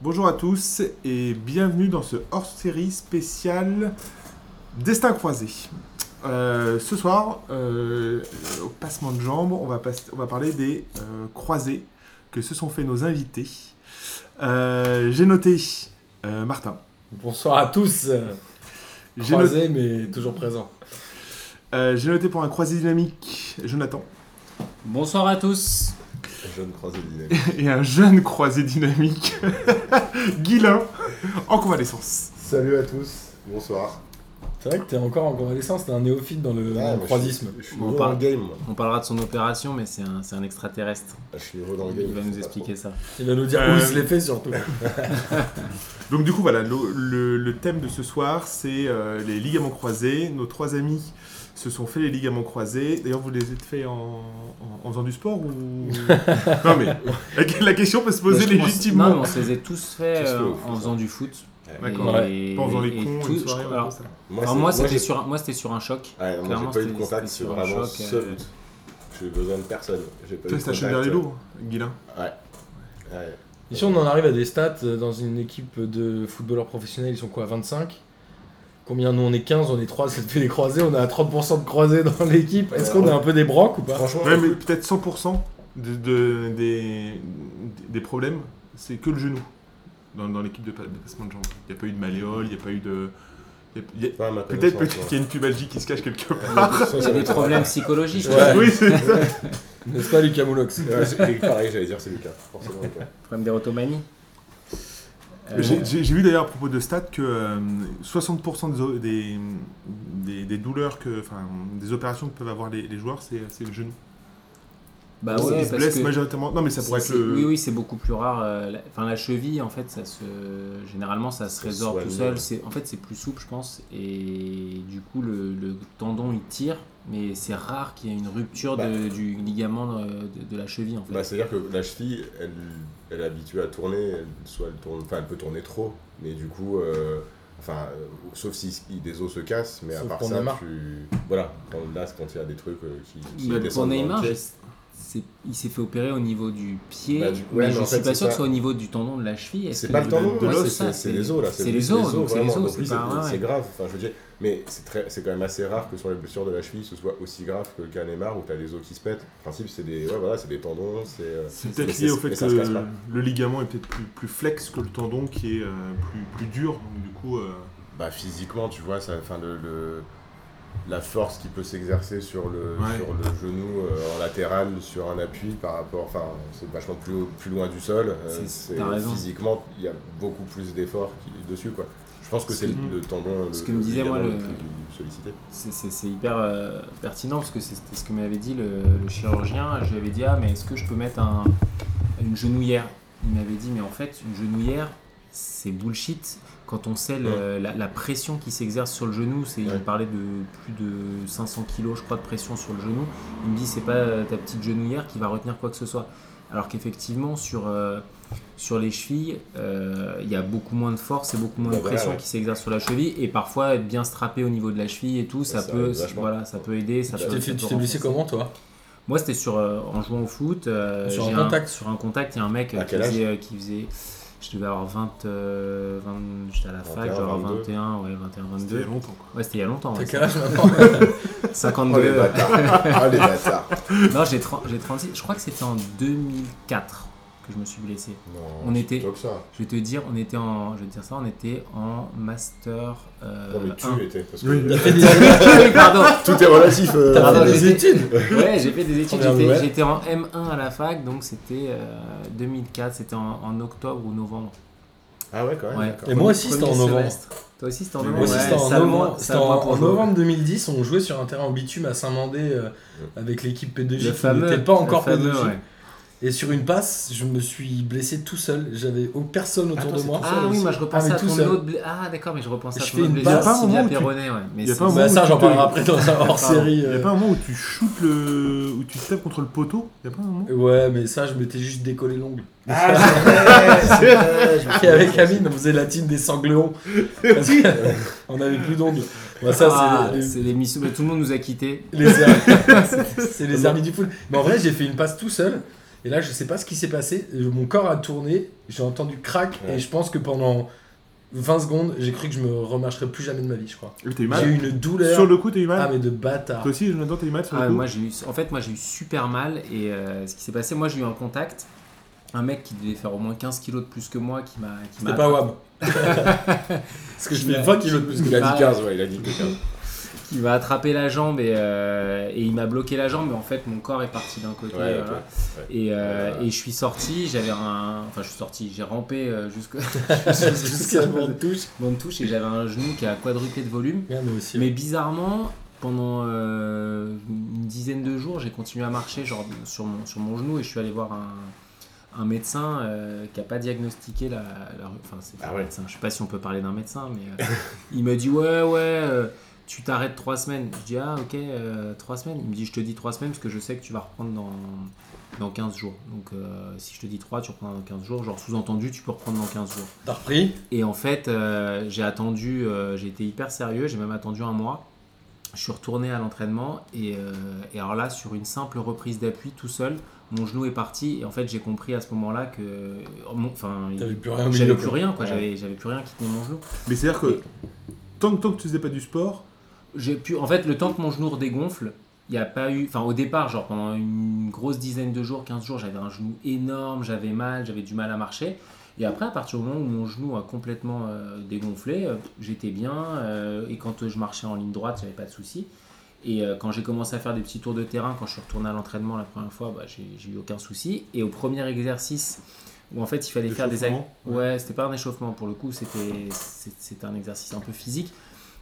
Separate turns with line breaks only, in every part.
Bonjour à tous et bienvenue dans ce hors-série spécial Destin croisé. Euh, ce soir, euh, au passement de jambes, on va, pass- on va parler des euh, croisés que se sont fait nos invités. Euh, J'ai noté euh, Martin.
Bonsoir à tous. euh,
J'ai noté,
Croisé mais toujours présent.
euh, j'ai noté pour un croisé dynamique Jonathan
Bonsoir à tous.
Jeune croisé dynamique.
et un jeune croisé dynamique Guilin en convalescence.
Salut à tous, bonsoir.
C'est vrai que t'es encore en convalescence, t'es un néophyte dans le, dans le croisisme.
Ah, Je suis
Bon,
nouveau
par-
dans le game. moi. Ah,
On parlera de son opération, mais c'est un, c'est un extraterrestre.
Je suis nouveau dans le game.
Il va
je sais
nous
pas
expliquer ça.
Il va nous dire
Euh,
où il se les fait surtout.
Donc du coup voilà, le, le- le thème de ce soir c'est euh, les ligaments croisés. Nos trois amis se sont fait les ligaments croisés. D'ailleurs vous les êtes fait en, en- en faisant du sport ou Non mais la, la question peut se poser
Mais Bah, je pense-
légitimement.
Non, mais on se les a tous fait
Tous fait
euh,
au foot,
en faisant du foot.
Ouais.
D'accord.
Ouais.
Et-
Pas en faisant les
et
cons,
tout-
une soirée,
je-
ouais,
alors,
ça.
Moi,
alors
c'est-
Ah, moi,
j'ai-
c'était sur, un- moi, c'était sur un choc.
Ouais, moi,
Clairement,
j'ai pas eu de
c'était- c'était
contact, c'est
sur un
vraiment
choc, euh,
seul. J'ai eu besoin de personne. J'ai pas eu
Toi
de
c'est ta
contact.
cheville vers les lourds, hein, Guilin.
Ouais.
Ici, on en arrive à des stats euh, dans une équipe de footballeurs professionnels, ils sont quoi 25 Combien Nous, on est 15, on est 3, ça fait les croisés, on est à 30% de croisés dans l'équipe. Est-ce qu'on est un peu des branques ou pas
Franchement,
Ouais mais peut-être 100% de, de- des, des problèmes c'est que le genou dans, dans l'équipe de, pa- de passement de jambes. Il n'y a pas eu de malléole, il n'y a pas eu de... il y a- il y a-
pas à ma
Peut-être
connaissance,
peut-être
moi.
qu'il y a une pubalgie qui se cache quelque part.
Il y a des problèmes psychologiques.
Ouais.
Oui, c'est ça.
N'est-ce pas, Lucas Moulox
Ouais, c'est- Pareil, j'allais dire c'est Lucas. Forcément, Lucas.
Problème d'érotomanie. Euh,
J'ai j'ai- j'ai vu d'ailleurs à propos de stats que euh, 60% des, o- des, des, des douleurs, que, enfin, des opérations que peuvent avoir les, les joueurs, c'est c'est le genou.
bah
Ils
ouais,
se
parce
blessent
que-
majoritairement. Non, mais ça pourrait
c'est-
être le.
Oui, oui, c'est beaucoup plus rare. euh, la- Enfin, la cheville, en fait, ça se... généralement, ça se
Ça
résorbe
soigne.
tout seul. C'est... En fait, c'est plus souple, je pense. Et du coup, le, le tendon, il tire. Mais c'est rare qu'il y ait une rupture de- du ligament euh, de, de la cheville, en fait.
Bah, C'est-à-dire que la cheville, elle, elle est habituée à tourner, elle, soit elle, tourne, enfin, elle peut tourner trop, mais du coup, euh, enfin, euh, sauf si s- des os se cassent, mais
Sauf
à part
pour
ça,
Neymar.
tu... Voilà, quand, là, c'est quand il y a des trucs euh, qui, qui
mais pour
descendent dans le
Neymar,
pied.
je- c'est- il s'est fait opérer au niveau du pied.
Bah, du- ouais,
mais
mais
je
en
suis
fait,
pas
c'est
sûr que
ça.
ce soit au niveau du tendon de la cheville. Est-ce
C'est
que
pas
le-
le tendon,
de
là,
l'os,
c'est-
ça,
c'est c'est les os, là.
C'est les
plus
os, donc c'est
vraiment.
les os.
Donc oui,
c'est pas-
c'est-
ouais,
c'est
ouais.
grave. Enfin, je veux dire, mais c'est très- c'est quand même assez rare que sur les blessures de la cheville, ce soit aussi grave que le cas Neymar où t'as les os qui se pètent. En principe, c'est des, ouais, voilà, c'est des tendons, c'est... euh,
C'est
mais
peut-être
c'est-
lié au fait
mais
que
ça se casse pas.
le ligament est peut-être plus, plus flex que le tendon qui est euh, plus, plus dur. Donc, du coup, euh,
bah, physiquement, tu vois, ça, enfin, le, le- la force qui peut s'exercer sur le,
Ouais.
sur le genou euh, en latéral, sur un appui par rapport, enfin, c'est vachement plus, haut- plus loin du sol. euh,
C'est-
c'est-
t'as raison.
physiquement, il y a beaucoup plus d'efforts qui- dessus, quoi. Je pense que c'est le,
Mhm.
le tendon,
Ce
le-
que me
le
disait, moi,
ligament
le-
plus sollicité.
C'est- C'est c'est hyper euh, pertinent parce que c'est c'était ce que m'avait dit le, le chirurgien. Je lui avais dit Ah, mais est-ce que je peux mettre un- une genouillère Il m'avait dit Mais en fait, une genouillère, c'est bullshit. Quand on sait le- la, la pression qui s'exerce sur le genou, c'est,
Ouais.
il parlait de plus de 500 kilos, je crois, de pression sur le genou. Il me dit C'est pas euh, ta petite genouillère qui va retenir quoi que ce soit. Alors qu'effectivement, sur, euh, sur les chevilles, euh, il y a beaucoup moins de force et beaucoup moins
Bah
de
voilà,
pression
ouais.
qui s'exerce sur la cheville. Et parfois, être bien strappé au niveau de la cheville et
Bah,
tout, ça,
ça
peut,
aide vachement.
voilà, ça peut aider. Ça
Tu
peut-
t'es
ça
fait-
peut
tu t'es blessé
renforcer.
comment, toi
Moi, c'était sur, euh, en jouant au foot. euh,
Sur un
j'ai
contact.
Sur un contact, il y a un mec
À
euh, qui
quel âge
faisait, euh, qui faisait- Je devais avoir 20. euh, 20 J'étais à la fac,
21,
genre
22.
21, ouais, 21,
c'était il y a
22.
longtemps. quoi.
Ouais, c'était il y a longtemps.
T'as
ouais,
quel âge maintenant
52.
Oh les bâtards Oh les bâtards
non, j'ai 30 j'ai 36. Je crois que c'était en 2004 que je me suis blessé.
Non,
On
c'est
était- Euh,
plutôt que ça.
Je vais te dire, on était en, je vais te dire ça, on était en master euh,
Non mais tu
1.
étais, parce
Oui.
que... euh,
Oui, pardon.
Tout est relatif euh,
T'as
Pardon,
fait
j'ai
des études
Ouais, j'ai fait des études,
Première
j'étais,
nouvelle.
j'étais en M1 à la fac, donc c'était euh, 2004, c'était en, en octobre ou novembre.
Ah ouais, quand même,
Ouais.
d'accord.
Et moi aussi, c'était en
Premier
novembre.
semestre. Toi aussi, c'était en
Mais
novembre.
Moi aussi,
ouais,
c'était en,
sale mois-
novembre, c'était
sale mois
en-
pour
en
jouer.
novembre 2010. On jouait sur un terrain en bitume à Saint-Mandé euh, avec l'équipe P2J.
Le
qui
fameux.
n'était pas encore
le fameux,
P2J.
ouais.
Et sur une passe, je me suis blessé tout seul. J'avais au- personne autour
Attends,
de
c'est
moi.
tout
Ah oui, moi je
Ah,
repensais
mais
à
tout
ton
seul.
autre. bla- Ah d'accord, mais je repensais à
Je
ton
fais
autre
une
blazer,
passe.
Sylvia
Il y a pas un moment où
Perronnet, ouais. Ah Mais
il y a
c'est-
pas un moment
Bah,
où
ça,
tu
j'en
te-
parlerai après dans un euh, hors série.
Il n'y a pas un moment où tu shootes le. où tu tapes contre le poteau Il n'y a pas un moment
Ouais, mais ça, je m'étais juste décollé l'ongle.
Ah, c'est vrai, je me
Et
souviens.
avec Amine, on faisait la team des sanglerons. Parce que euh, on avait plus d'ongles. Bah, ça,
Ah,
c'est les-
c'est des missions, mais tout le monde nous a quittés.
les, les- c'est les armées du foot. Mais en vrai, j'ai fait une passe tout seul. Et là, je sais pas ce qui s'est passé. euh, Mon corps a tourné, j'ai entendu crack,
Ouais.
et je pense que pendant 20 secondes, j'ai cru que je me remarcherais plus jamais de ma vie, je crois.
Mais Eh, T'as eu
J'ai eu
mal
une douleur.
Sur le coup, t'as eu
Ah,
mal
mais de bâtard.
Toi aussi, Jonathan, t'as eu mal sur
Ah,
le coup
moi, j'ai eu, en fait, moi j'ai eu super mal et euh, ce qui s'est passé, moi j'ai eu un contact, un mec qui devait faire au moins 15 kilos de plus que moi qui m'a. qui m'a-
C'était pas Wab. Parce que je fais 20 kilos de plus que
Il a
Ah.
dit 15, ouais, il a dit que 15.
qui m'a attrapé la jambe et, euh, et il m'a bloqué la jambe, mais en fait mon corps est parti d'un côté.
Ouais, ok.
voilà. Et, euh,
Euh.
et je suis sorti, j'avais un. Enfin, je suis sorti, j'ai rampé euh, jusque-
Jusqu'à
jusqu'à
mon
mon
touche.
mon touche et j'avais un genou qui a quadruplé de volume.
Regarde, nous aussi.
Mais bizarrement, pendant euh, une dizaine de jours, j'ai continué à marcher genre, sur, mon, sur mon genou et je suis allé voir un, un médecin euh, qui n'a pas diagnostiqué la. la- enfin, c'est pas
Ah
un
ouais.
médecin, je sais pas si on peut parler d'un médecin, mais euh, il me dit Ouais, ouais, euh, tu t'arrêtes trois semaines. Je dis Ah, ok, euh, trois semaines. Il me dit Je te dis trois semaines parce que je sais que tu vas reprendre dans, dans 15 jours. Donc euh, si je te dis trois, tu reprends dans 15 jours. Genre sous-entendu, tu peux reprendre dans 15 jours.
T'as repris
Et en fait, euh, j'ai attendu, euh, j'ai été hyper sérieux, j'ai même attendu un mois. Je suis retourné à l'entraînement et, euh, et alors là, sur une simple reprise d'appui tout seul, mon genou est parti et en fait, j'ai compris à ce moment-là que. oh, mon- Enfin, il-
T'avais plus rien au
j'avais
milieu.
plus
quoi.
rien, quoi.
Ouais.
J'avais j'avais plus rien qui tenait mon genou.
Mais c'est-à-dire que tant, que tant que tu faisais pas du sport,
J'ai pu, en fait, le temps que mon genou redégonfle, il n'y a pas eu. Enfin, au départ, genre pendant une grosse dizaine de jours, 15 jours, j'avais un genou énorme, j'avais mal, j'avais du mal à marcher. Et après, à partir du moment où mon genou a complètement euh, dégonflé, euh, j'étais bien. euh, et quand euh, je marchais en ligne droite, j'avais pas de soucis. Et euh, quand j'ai commencé à faire des petits tours de terrain, quand je suis retourné à l'entraînement la première fois, bah, j'ai j'ai eu aucun souci. Et au premier exercice, où en fait il fallait faire des, ac-
L'échauffement, ouais.
Ouais, c'était pas un échauffement pour le coup, c'était c'est- c'était un exercice un peu physique.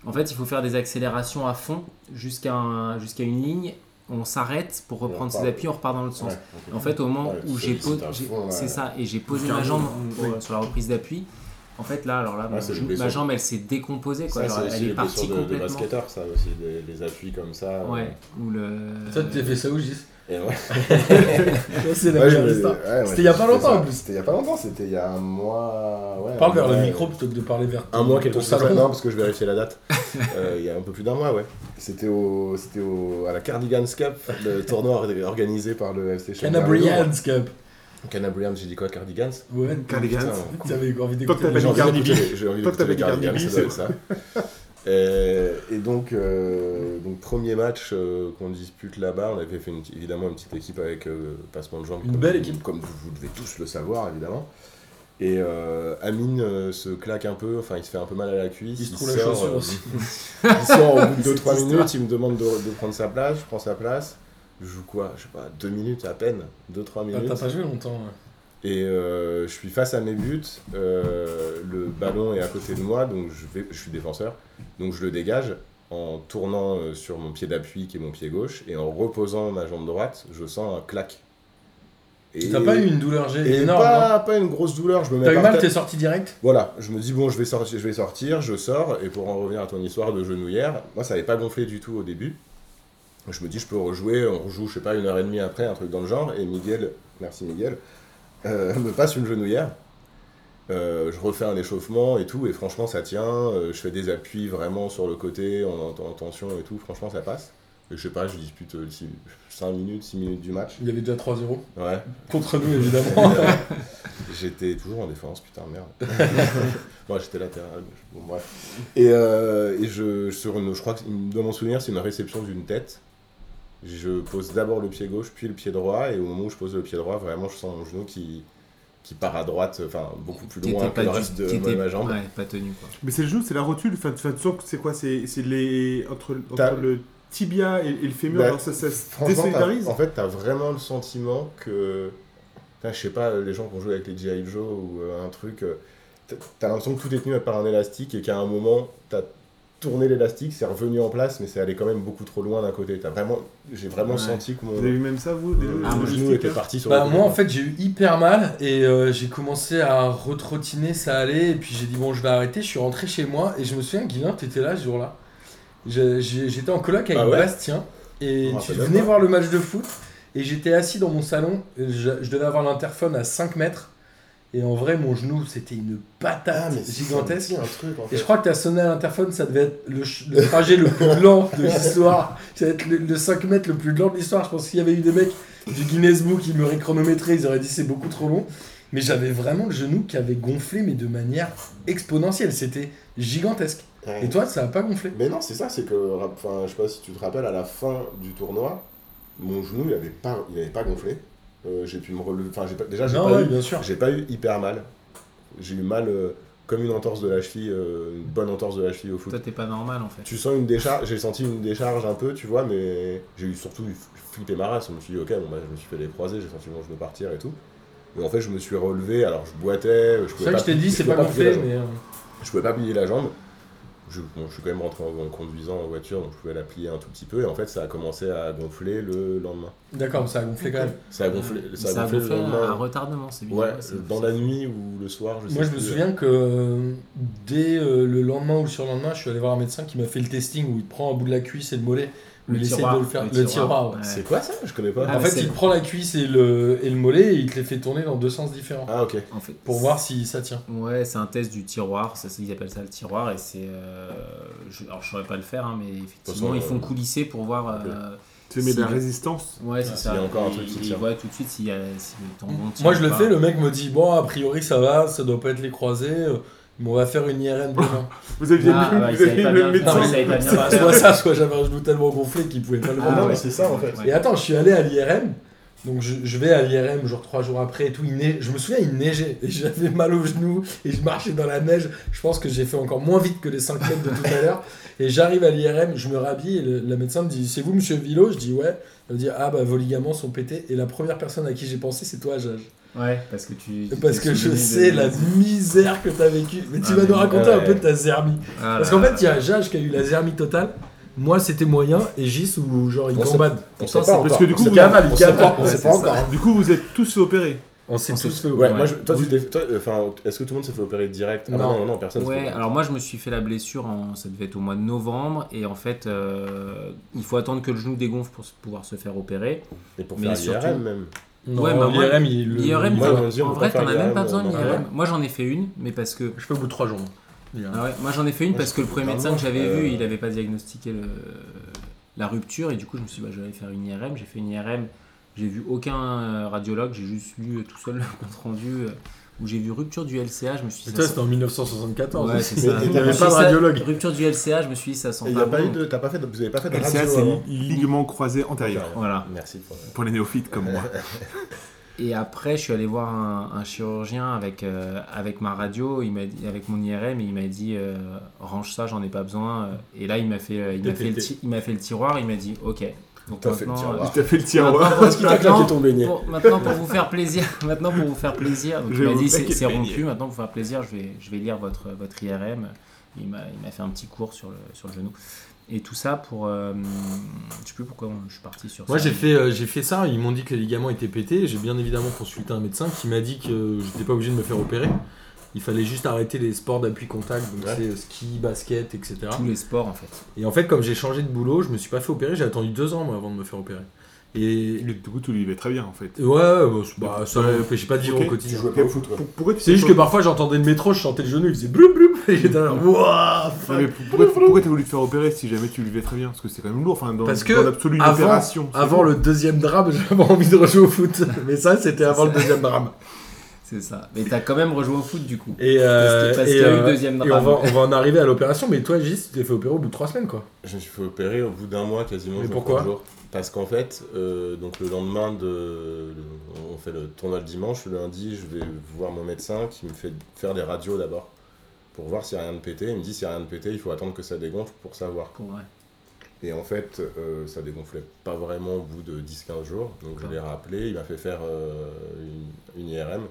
En fait, il faut faire des accélérations à fond jusqu'à un- jusqu'à une ligne. On s'arrête pour reprendre ses
repart.
appuis, on repart dans l'autre sens.
Ouais, ok.
En fait, au moment
Ouais,
où
c'est-
j'ai
c'est
posé,
un
j'ai-
fond, ouais.
c'est ça, et j'ai posé
Cardio,
ma jambe
oui.
au- sur la reprise d'appui. En fait, là, alors là, mon-
Ah, c'est une
ma
blessure.
jambe, elle s'est décomposée, quoi. Alors,
Ça, c'est aussi
elle est
les blessures
partie
de, hein. de
complètement.
basketteurs, ça aussi, des- les appuis comme ça.
ouais. Ou le.
Toi, tu t'es fait ça où, Gis
euh, et ouais.
Toi, c'est la
Ouais, je
meilleure
me-
histoire.
ouais, ouais,
C'était il y a
j'ai
pas
fait
longtemps,
ça.
en plus.
C'était il y a pas longtemps, c'était il y a un mois. ouais,
Parle
un
vers le
mois,
micro plutôt que de parler vers
Un mois,
ton
quelque chose comme ça. Non,
salon.
parce que je vérifiais la date. Euh, il y a un peu plus d'un mois, ouais. C'était au, c'était au, à la Cardigans Cup, le tournoi or- organisé par le FC
Canabrians Cup.
Canabrians, j'ai dit quoi, Cardigans
Ouais,
Cardigans.
Putain,
t'avais envie
Toi,
d'écouter
t'as
les
pas
J'ai
gens.
dit
envie
Cardi B.
d'écouter- j'ai envie
Toi,
d'écouter
t'avais
les
dit
Cardigans,
Cardi B,
ça doit être ça. Euh, Et donc, euh, donc, premier match euh, qu'on dispute là-bas, on avait fait une, petite- évidemment une petite équipe avec euh, Passement de Jambes.
Une
comme-
belle équipe.
Comme vous, vous devez tous le savoir, évidemment. Et euh, Amine euh, se claque un peu, enfin il se fait un peu mal à la cuisse.
Il se trouve la
sort,
chaussure
euh,
aussi.
Il sort au bout de 2-3
histoire.
minutes, il me demande de, de prendre sa place, je prends sa place. Je joue quoi Je sais pas, 2 minutes à peine, 2-3
Ah,
minutes.
T'as pas joué longtemps. ouais.
Et euh, je suis face à mes buts, euh, le ballon est à côté de moi, donc je, vais, je suis défenseur, donc je le dégage en tournant euh, sur mon pied d'appui qui est mon pied gauche et en reposant ma jambe droite, je sens un claque. Et-
T'as pas eu une douleur gé-
et
énorme hein
pas, pas une grosse douleur, je me mets
T'as eu
par
mal,
terre.
t'es sorti direct
Voilà, je me dis bon, je vais sortir, je vais sortir, je sors et pour en revenir à ton histoire de genouillère, moi ça n'avait pas gonflé du tout au début. Je me dis je peux rejouer, on rejoue, je sais pas une heure et demie après, un truc dans le genre. Et Miguel, merci Miguel, euh, me passe une genouillère. Euh, je refais un échauffement et tout et franchement ça tient. Euh, je fais des appuis vraiment sur le côté en, en- en tension et tout. Franchement ça passe. Et je sais pas, je dispute 5 minutes, 6 minutes du match.
Il y avait déjà 3-0.
Ouais.
Contre nous, évidemment.
J'étais toujours en défense, putain, merde. Moi, j'étais latéral. mais Bon, bref. Et, euh, et je, sur une- je crois que, dans mon souvenir, c'est une réception d'une tête. Je pose d'abord le pied gauche, puis le pied droit. Et au moment où je pose le pied droit, vraiment, je sens mon genou qui, qui part à droite, enfin, beaucoup plus
T'étais
loin que le
du-
reste de
t'étais-
ma, ma jambe.
ouais, pas tenu, quoi.
mais c'est le genou, c'est la rotule. Enfin, de toute façon, c'est quoi C'est c'est les entre, entre
T'as-
le tibia et, et le fémur.
Bah,
alors ça, ça se
Franchement, t'as- oh.
désolidarise.
en fait, t'as vraiment le sentiment que. Putain, Je sais pas, les gens qui ont joué avec les G.I. Joe ou euh, un truc. euh, t'as- T'as l'impression que tout est tenu par un élastique et qu'à un moment, t'as tourné l'élastique, c'est revenu en place, mais c'est allé quand même beaucoup trop loin d'un côté. T'as vraiment, j'ai vraiment
Ouais.
senti que mon,
Vous avez vu même ça, vous des-
mon
des
Ah, moi, je
genou
stickers
était parti sur
Bah
le
moi en fait j'ai eu hyper mal et euh, j'ai commencé à retrotiner, ça allait et puis j'ai dit bon je vais arrêter, je suis rentré chez moi et je me souviens Guilain t'étais là ce jour-là. Je- j'ai- J'étais en coloc avec
Ah ouais
Bastien et
Je me
tu
rappelle
venais
pas.
voir le match de foot et j'étais assis dans mon salon, et je, je devais avoir l'interphone à 5 mètres Et en vrai, mon genou, c'était une patate gigantesque.
Ah, c'est un truc en
Et
fait.
je crois que t'as sonné à l'interphone, ça devait être le, ch- le trajet le plus lent de l'histoire. Ça devait être le, le 5 mètres le plus lent de l'histoire. Je pense qu'il y avait eu des mecs du Guinness Book qui m'auraient chronométré, ils auraient dit c'est beaucoup trop long. Mais j'avais vraiment le genou qui avait gonflé, mais de manière exponentielle. C'était gigantesque.
Ouais.
Et toi, ça a pas gonflé.
Mais non, c'est ça, c'est que, rap- enfin, je sais pas si tu te rappelles, à la fin du tournoi, mon genou, il avait pas, il avait pas gonflé. Euh, j'ai pu me relever, enfin, j'ai pas- déjà, j'ai
Non,
pas,
ouais,
eu-
bien sûr.
j'ai pas eu hyper mal. J'ai eu mal euh, comme une entorse de la cheville, euh, une bonne entorse de la cheville au foot.
Toi, t'es pas normal en fait.
Tu sens une décharge, j'ai senti une décharge un peu, tu vois, mais j'ai eu surtout eu flippé ma race. Je me suis dit, ok, bon, bah, je me suis fait les croiser, j'ai senti mon genou partir et tout. Et en fait, je me suis relevé, alors je boitais, je
C'est
pouvais
vrai
pas,
que je t'ai dit, c'est
pouvais
pas
plier la
gonflé,
jambe.
mais. euh,
Je pouvais pas plier la jambe. Je, bon, je suis quand même rentré en, en conduisant en voiture, donc je pouvais la plier un tout petit peu. Et en fait, ça a commencé à gonfler le lendemain.
D'accord, ça a gonflé quand même.
Ça a gonflé,
Mais
ça a gonflé, le
un
lendemain.
retardement, c'est bien.
ouais,
c'est-
dans la nuit ou le soir, je sais
Moi, je me
plus.
souviens que euh, dès euh, le lendemain ou le surlendemain, je suis allé voir un médecin qui m'a fait le testing où il te prend un bout de la cuisse et le mollet. où
Le
il essaie
tiroir,
de le faire.
le
Le
tiroir,
tiroir, ouais.
ouais.
C'est quoi ça Je connais pas.
Ah,
en
mais
fait,
c'est-
il te prend la cuisse et le, et le mollet et il te les fait tourner dans deux sens différents
Ah, ok.
En fait,
pour voir si ça tient.
Ouais, c'est un test du tiroir, ça, c'est- ils appellent ça le tiroir, et c'est. euh, je, alors, je saurais pas le faire, hein, mais effectivement,
façon,
ils font
euh,
coulisser pour voir. euh,
Tu mets de la
Si.
résistance.
ouais, c'est
Ah,
ça.
s'il y a encore un
Ils-
truc qui
ils
tient.
voient tout de suite s'il y a si le tendon tient
Moi,
ou
je le
pas.
fais, le mec me dit Bon, a priori, ça va, ça doit pas être les croisés, euh, mais on va faire une IRM demain.
Vous aviez
Ah,
vu-
bah, ils
vous aviez
savaient pas
le
bien-
médecin.
non, mais ils savaient pas bien
Enfin,
faire.
soit ça, soit j'avais un genou tellement gonflé qu'il pouvait pas le
Ah,
prendre.
non,
ouais.
mais c'est ça en fait.
Ouais.
Et attends, je suis allé à l'IRM, donc je, je vais à l'IRM genre trois jours après et tout. Il neige, je me souviens, il neigeait et j'avais mal aux genoux et je marchais dans la neige. Je pense que j'ai fait encore moins vite que les 5 mètres de tout à l'heure. Et j'arrive à l'IRM, je me rhabille et le- la médecin me dit C'est vous, monsieur Villot Je dis Ouais. Elle me dit Ah bah vos ligaments sont pétés. Et la première personne à qui j'ai pensé, c'est toi, Jage.
Ouais, parce que tu.
Parce
tu te
que je
souviens de-
sais la misère que t'as vécue. Mais tu
Ah,
vas nous
mais-
raconter un
ouais.
peu de ta zermie.
Ah,
Parce
là,
qu'en
là,
fait, il y a Jage qui a eu la zermie totale. Moi, c'était moyen et Gis ou genre il
Moi, ça-
gambade.
On sait
Putain,
pas
c'est parce
encore.
que du
On
coup,
sait
vous-
pas.
Cavale,
On
il cavale,
sait pas.
on sait
Ouais,
pas
c'est
encore.
ça.
Du coup, vous êtes tous opérés.
On s'est
On s'est
tous fait.
Ouais,
opérer.
moi, je- toi, tu t'es- toi, euh, enfin, est-ce que tout le monde s'est fait opérer direct Ah,
Non.
non, non, non, personne. s'est fait
Ouais,
opérer.
alors moi je me suis fait la blessure, en, ça devait être au mois de novembre, et en fait euh, il faut attendre que le genou dégonfle pour se- pouvoir se faire opérer.
Et pour
mais
faire
surtout-
l'IRM même.
Non,
Ouais, bah, moi,
l'IRM, il le-
L'IRM,
moi,
t'en-
ils m'ont dit, on
en
peut
vrai
pas
t'en as
faire
même pas
IRM,
besoin de
on en a
l'IRM.
rien.
Moi j'en ai fait une, mais parce que.
Je fais au bout de 3 jours. moi. L'IRM.
Ah ouais, moi j'en ai fait une
Ouais,
parce que le premier
c'est
médecin que j'avais
euh,
vu il n'avait pas diagnostiqué le- la rupture, et du coup je me suis dit bah, je vais aller faire une IRM. J'ai fait une IRM, j'ai vu aucun euh, radiologue, j'ai juste lu euh, tout seul le compte rendu euh, où j'ai vu rupture du LCA. Je me suis
Et
dit
toi,
ça
c'était en 1974.
Ouais, c'est
Mais-
ça.
et
Je
t'avais
me suis
pas de
dit ça-
radiologue.
Rupture du LCA, je me suis dit ça sent
Et il y
pas
a pas
bon.
eu de, t'as pas fait, de- vous avez pas fait de
LCA,
radio
c'est
avant
ligament croisé antérieur.
Voilà.
Ah, Merci. pour-
Pour les néophytes comme moi.
Et après, je suis allé voir un, un chirurgien avec, euh, avec ma radio, il m'a dit- avec mon IRM, et il m'a dit euh, range ça, j'en ai pas besoin. Et là, il m'a fait, euh, il m'a fait, le ti- il m'a fait le tiroir, il m'a dit ok. Donc
T'as fait le
maintenant,
tiroir.
euh,
Il t'a fait le tiroir.
maintenant,
Est-ce qu'il t'a claqué ton beignet
pour- maintenant, pour vous faire plaisir, maintenant pour vous faire plaisir, donc,
Je
il m'a
vais
dit
vous
c'est
claquer
c'est
le
rompu.
beignet.
Maintenant pour vous faire plaisir, je vais, je vais lire votre, votre IRM. Il m'a il m'a fait un petit cours sur le, sur le genou. Et tout ça pour, euh, je sais plus pourquoi on- je suis parti sur
Moi
ça.
j'ai fait, euh, j'ai fait ça, ils m'ont dit que les ligaments étaient pétés, j'ai bien évidemment consulté un médecin qui m'a dit que j'étais pas obligé de me faire opérer. Il fallait juste arrêter les sports d'appui contact, donc
Ouais.
c'est euh, ski, basket, etc.
tous les sports en fait.
Et en fait comme j'ai changé de boulot, je me suis pas fait opérer, j'ai attendu deux ans moi avant de me faire opérer. Et
Du coup, tout lui va très bien en fait.
ouais, ouais, bah, c'est- bah, ça m'empêchait pas de vivre
Ok.
au
Tu
quotidien.
jouais pas au foot, quoi.
Pour- Pourquoi tu
C'est
t'es
juste que parfois j'entendais le métro, je sentais le genou, il faisait bloum bloum, et j'étais là, Wouah,
Non,
fuck.
mais pour- pourquoi, pourquoi t'as voulu te faire opérer si jamais tu levais très bien Parce que c'est quand même lourd, enfin, dans,
Parce que
dans l'absolu une
avant-
opération. c'est
Avant
lourd.
le deuxième drame, j'avais envie de rejouer au foot. Mais ça, c'était avant le deuxième drame.
C'est ça. Mais t'as quand même rejoué au foot du coup.
Et, euh,
Parce qu'il- parce
et,
qu'il y a eu le
euh,
deuxième
et on,
drame.
va, on va en arriver à l'opération, mais toi, Gis, tu t'es fait opérer au bout de trois semaines, quoi.
Je me suis fait opérer au bout d'un mois quasiment.
Mais
jour
pourquoi
pour jour. Parce qu'en fait, euh, donc le lendemain de, on fait le tournoi le dimanche, le lundi, je vais voir mon médecin qui me fait faire des radios d'abord pour voir s'il n'y a rien de pété. Il me dit s'il n'y a rien de pété, il faut attendre que ça dégonfle pour savoir.
Pour vrai.
Et en fait, euh, ça dégonflait pas vraiment au bout de 10-15 jours. Donc je l'ai rappelé, il m'a fait faire euh, une, une IRM.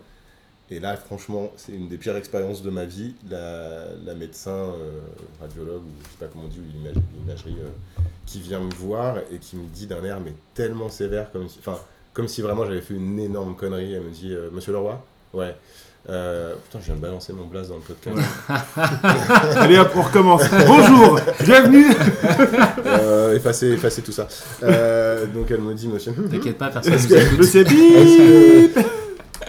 Et là, franchement, c'est une des pires expériences de ma vie. La, la médecin, euh, radiologue, ou je sais pas comment on dit, ou imag- imagerie, euh, qui vient me voir et qui me dit d'un air mais tellement sévère, comme si, enfin, comme si vraiment j'avais fait une énorme connerie. Elle me dit euh, Monsieur Leroy Ouais. Euh, putain, je viens de balancer mon blase dans le podcast.
Allez hop, on recommence. Bonjour, bienvenue
Euh, effacez, effacez tout ça. Euh, donc elle me dit Monsieur.
T'inquiète pas, personne
Est-ce
nous
que-
écoute.
Monsieur Bip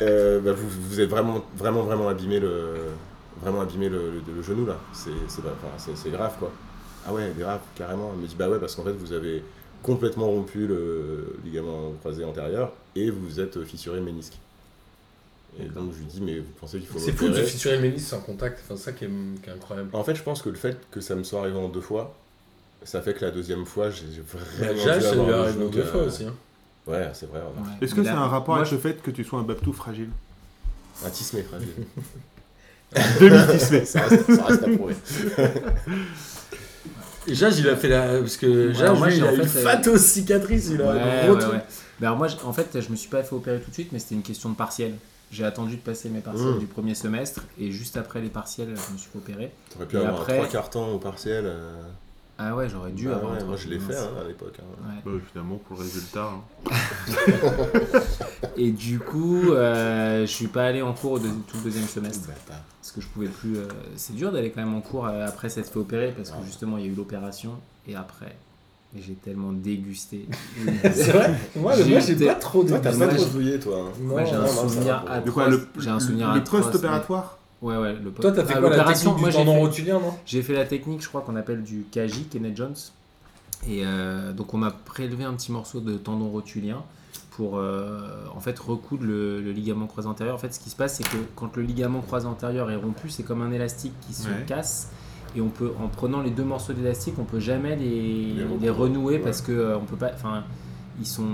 euh, bah, vous, vous êtes vraiment, vraiment, vraiment abîmé le, vraiment abîmé le, le- le genou là. C'est, c'est, pas- enfin, c'est- c'est grave quoi. Ah ouais, grave, carrément. Elle me dit bah ouais, parce qu'en fait vous avez complètement rompu le ligament croisé antérieur et vous vous êtes fissuré le ménisque. Et donc je lui dis mais vous pensez qu'il faut
C'est fou de se
opérer
fissurer le ménisque sans contact, enfin ça qui est, qui est incroyable.
En fait, je pense que le fait que ça me soit arrivé en deux fois, ça fait que la deuxième fois, j'ai j'ai
Bah,
vraiment
Jal,
dû
ça
avoir
lui
le
arrive
genou
deux
qui a-
fois aussi. hein.
Ouais, c'est vrai. on a-
Est-ce que c'est un rapport
moi,
avec le fait que tu sois un babtou fragile
Un tismé, fragile.
Demi-tismé.
ça, reste, ça reste à prouver.
Et Jal, il a fait la. Parce que
Ouais,
Jal,
moi,
lui, il
j'ai
a
en
une
fait, euh,
fatose cicatrice, il a
Ouais,
un gros
ouais,
truc.
ouais. Ben alors moi, je- en fait, je me suis pas fait opérer tout de suite, mais c'était une question de partiel. J'ai attendu de passer mes partiels
Mmh.
du premier semestre et juste après les partiels, je me suis fait opérer.
T'aurais pu
Et
avoir
après-
un trois quarts temps au partiel. euh,
Ah ouais, j'aurais dû
bah
avoir.
ouais,
un truc
moi, je l'ai
comme
fait
ça.
hein, à l'époque. hein.
Ouais.
finalement, Bah, pour le résultat. hein.
Et du coup, euh, je suis pas allé en cours au deuxi- tout le deuxième semestre
Bâtard.
parce que je pouvais plus. euh, C'est dur d'aller quand même en cours euh, après s'être fait opérer parce que
Ouais.
justement il y a eu l'opération et après. Et J'ai tellement dégusté.
C'est vrai Moi, le- moi, j'ai
J'étais-
pas trop de.
Toi, t'as
mais
pas
moi,
trop
je-
douillé, toi. hein.
Non,
Moi, j'ai
non,
un
non,
ça va,
souvenir
pour le
atroce.
coup.
De quoi le,
J'ai un souvenir
le
atroce,
post-opératoire
mais- Ouais, ouais. Le post-
Toi, t'as fait
Ah,
quoi la
l'opération,
technique
moi,
du
j'ai
tendon
fait-
rotulien, non
J'ai fait la technique, je crois qu'on appelle du Kaji, Kenneth Jones. Et euh, donc on m'a prélevé un petit morceau de tendon rotulien pour euh, en fait recoudre le, le ligament croisé antérieur. En fait, ce qui se passe, c'est que quand le ligament croisé antérieur est rompu, c'est comme un élastique qui se
Ouais.
casse. Et on peut, en prenant les deux morceaux d'élastique, on peut jamais les,
Les
les renouer
ouais.
parce que euh, on peut pas. Enfin, ils sont.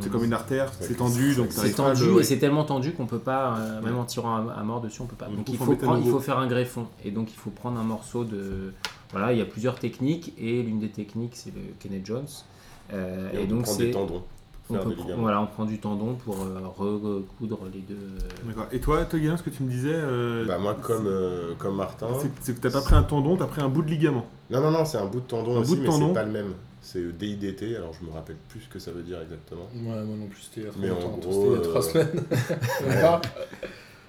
C'est comme une artère, c'est
C'est
tendu, donc
C'est
t'arrives pas à le-
tendu et c'est tellement tendu qu'on peut pas, euh, même en tirant à, à mort dessus, on peut pas.
Donc,
Donc
faut
il
en
faut,
mettre un
prendre- il
nouveau.
faut faire un greffon. Et donc il faut prendre un morceau de. Voilà, il y a plusieurs techniques et l'une des techniques c'est le Kenneth Jones. Euh,
Et, on
donc
prend
c'est.
des tendons.
on,
Faire
peut
des
prendre-
ligaments.
voilà, on prend du tendon pour euh, recoudre les deux. euh,
D'accord. Et toi, toi Guillaume, ce que tu me disais, euh,
Bah, moi, comme, euh, comme Martin.
c'est
hein.
c'est que t'as pas pris un tendon, t'as pris un bout de ligament.
Non, non, non, c'est un bout de tendon
Un
aussi,
bout de
mais
tendon.
c'est pas le même. C'est DIDT, alors je me rappelle plus ce que ça veut dire exactement.
Ouais, moi non plus, c'était il y a trop
Mais en
longtemps, c'était il
gros,
y a trois
euh,
semaines. Voilà.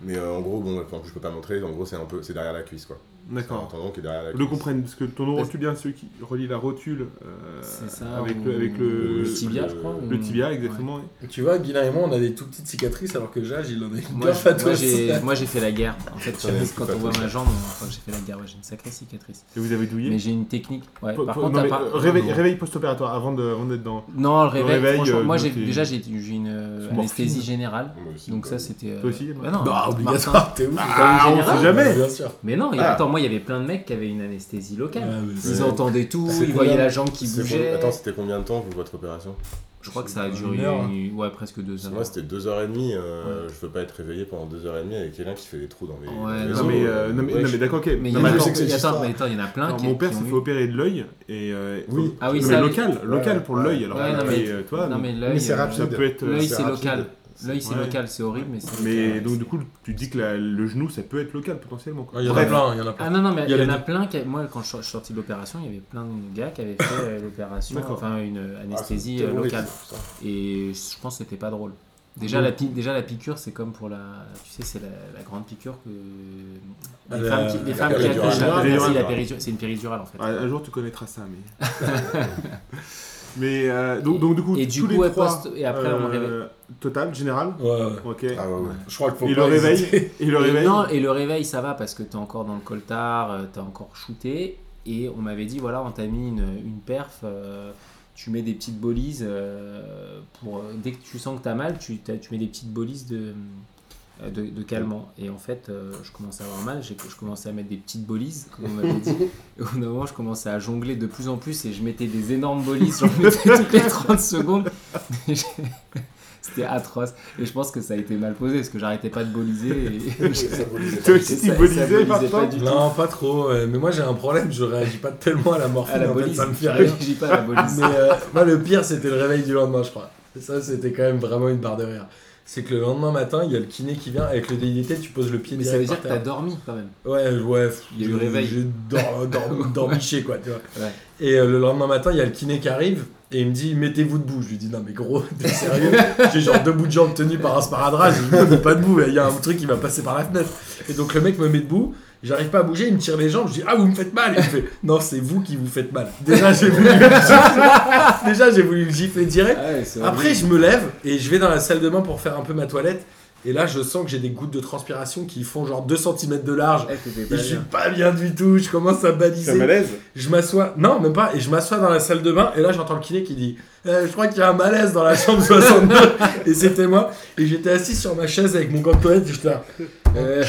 Mais euh, en gros, bon, enfin, je peux pas montrer, en gros, c'est un peu c'est derrière la cuisse, quoi. C'est un
D'accord.
tendon qui est derrière la
Le
cuisse.
comprenne, parce que le tendon
Parce-
rotulien, celui qui relie la rotule euh,
c'est ça.
avec,
ou-
le, avec
ou
le,
le tibia, je crois.
le
ou-
tibia,
ouais.
exactement.
Tu vois, Guilain et moi, on a des tout petites cicatrices, alors que Jal, il en a une
Moi,
bien
je- moi,
fatoche.
j'ai- moi, j'ai fait la guerre. En fait,
Ça, c'est
quand
pas
on voit
faux,
ma jambe, on- quand j'ai fait la guerre, ouais, j'ai une sacrée cicatrice.
Et vous avez douillé
Mais j'ai une technique. Ouais,
Faut-
par
faut-
contre,
non,
t'as
mais,
pas-
euh, réveil,
Non.
réveil post-opératoire avant de- avant d'être dans.
Non, le réveil,
réveil,
franchement,
euh,
moi
nous,
j'ai
c'est-
déjà j'ai j'ai une euh,
Morphine.
anesthésie générale,
Moi aussi,
donc
quoi.
ça c'était. euh,
Toi aussi,
bah
Marc
non,
Bah,
Martin.
obligatoire, t'es ouf.
Ah, on sait jamais
Bien sûr.
Mais non, et
Ah.
attends, moi il y avait plein de mecs qui avaient une anesthésie locale. Ils
Ouais.
entendaient tout,
C'est
ils voyaient
combien
la jambe qui
C'est con-
bougeait.
Attends, c'était combien de temps, vous, votre opération
Je crois que ça a duré
Une heure.
une- ouais presque deux heures.
Moi, hein. c'était 2h30. Euh, Je veux pas être réveillé pendant 2h30 avec quelqu'un qui fait des trous dans les.
Ouais,
dans les
non,
Non
os,
mais,
euh,
euh, non, mais,
ouais,
non,
je-
mais d'accord, ok.
Mais il y
Non,
en
mais
a-
je
attends,
sais que c'est
mais attends,
histoire.
mais attends, il y en a plein
alors,
qui.
mon père
qui
s'est
ont
fait
eu-
opérer de l'œil et euh,
Oui.
Ah oui,
non, mais
ça.
local, local pour
Ouais.
l'œil. Alors
Ouais, non,
euh,
mais-
et, euh, toi,
Non
donc,
mais l'œil.
Mais c'est
euh,
ça
rapide.
peut être. euh,
L'œil
c'est
c'est local.
rapide.
L'œil c'est
Ouais.
local, c'est horrible, mais c'est.
Mais
local,
donc
c'est-
du coup, tu dis que la- le genou, ça peut être local potentiellement. quoi.
Il y en a
Bref.
plein, il y en a
Ah
plein.
non, non, mais
Il
il
y a
y,
les
en a plein. Qui... Moi, quand je suis sorti de l'opération, il y avait plein de gars qui avaient fait euh, l'opération,
D'accord.
enfin une euh,
Ah, c'est
anesthésie euh,
terrible,
locale.
ça.
Et je pense que c'était pas drôle. Déjà, la, pi- déjà la piqûre, c'est comme pour la. Tu sais, c'est la, la grande piqûre que.
Ah,
Les
la-
femmes qui, les
la
femmes qui
péridurale.
accouchent.
La
La,
péridurale.
la péridurale. C'est une péridurale en fait.
Ah, Un jour, tu connaîtras ça, mais. mais euh, donc, donc du coup,
et
tous
du
les
coup, ouais,
trois,
post- et après, on
euh,
réveille.
Total, général.
Ouais, ouais.
Ok.
Ah ouais, ouais.
Je crois qu'il faut
et,
pas
le
hésiter.
réveil, et le
Et
réveil.
non, et le réveil, ça va parce que t'es encore dans le coltard, euh, t'es encore shooté. Et on m'avait dit, voilà, on t'a mis une, une perf, euh, tu mets des petites bolises euh, pour. euh, Dès que tu sens que t'as mal, tu, t'as- tu mets des petites bolises de, euh, de, de calmant. Et en fait, euh, je commençais à avoir mal, j'ai- je commençais à mettre des petites bolises, comme on m'avait dit. Et au bout d'un moment, je commençais à jongler de plus en plus et je mettais des énormes bolises, j'en mettais toutes les 30 secondes. Et j'ai- C'était atroce. Et je pense que ça a été mal posé parce que j'arrêtais pas de boliser. Et...
Oui, ça bouge.
Toi
c'est
aussi,
ça,
tu
ça
bolisais
bolisait
par
pas
toi
du
Non, pas trop. euh, Mais moi, j'ai un problème, je réagis pas tellement à la morphine.
À Ah, la
en fait,
bolise.
ça me
Je
fait rire.
réagis pas à la bolise.
Mais euh, moi, le pire, c'était le réveil du lendemain, je crois. Et Ça, c'était quand même vraiment une barre de rire. C'est que le lendemain matin, il y a le kiné qui vient avec le DIT, tu poses le pied
Mais ça
direct
veut dire que
par
t'as
terre.
dormi quand même.
Ouais, ouais. pff,
Il y a eu le
j'ai-
réveil.
J'ai dor- dor- dormiché, quoi, tu vois.
Ouais.
Et euh, le lendemain matin, il y a le kiné qui arrive et il me dit Mettez-vous debout. Je lui dis Non, mais gros, t'es sérieux J'ai genre deux bouts de jambes tenus par un sparadrap. Je lui dis Non, mais pas debout, il y a un truc qui va passer par la fenêtre. Et donc le mec me met debout. J'arrive pas à bouger, il me tire les jambes, je dis ah vous me faites mal, et il me fait non c'est vous qui vous faites mal. Déjà j'ai voulu, le gifler. Ah déjà j'ai voulu le gifler direct. Après, je me lève et je vais dans la salle de bain pour faire un peu ma toilette. Et là, je sens que j'ai des gouttes de transpiration qui font genre 2 cm de large.
Eh, t'étais
Et
pas
je suis
bien.
pas bien du tout, je commence à
C'est un
baliser.
malaise
Je m'assois, non, même pas, et je m'assois dans la salle de bain, et là j'entends le kiné qui dit Euh, Je crois qu'il y a un malaise dans la chambre 62, et c'était moi, et j'étais assis sur ma chaise avec mon gant de toilette, et j'étais là, Euh,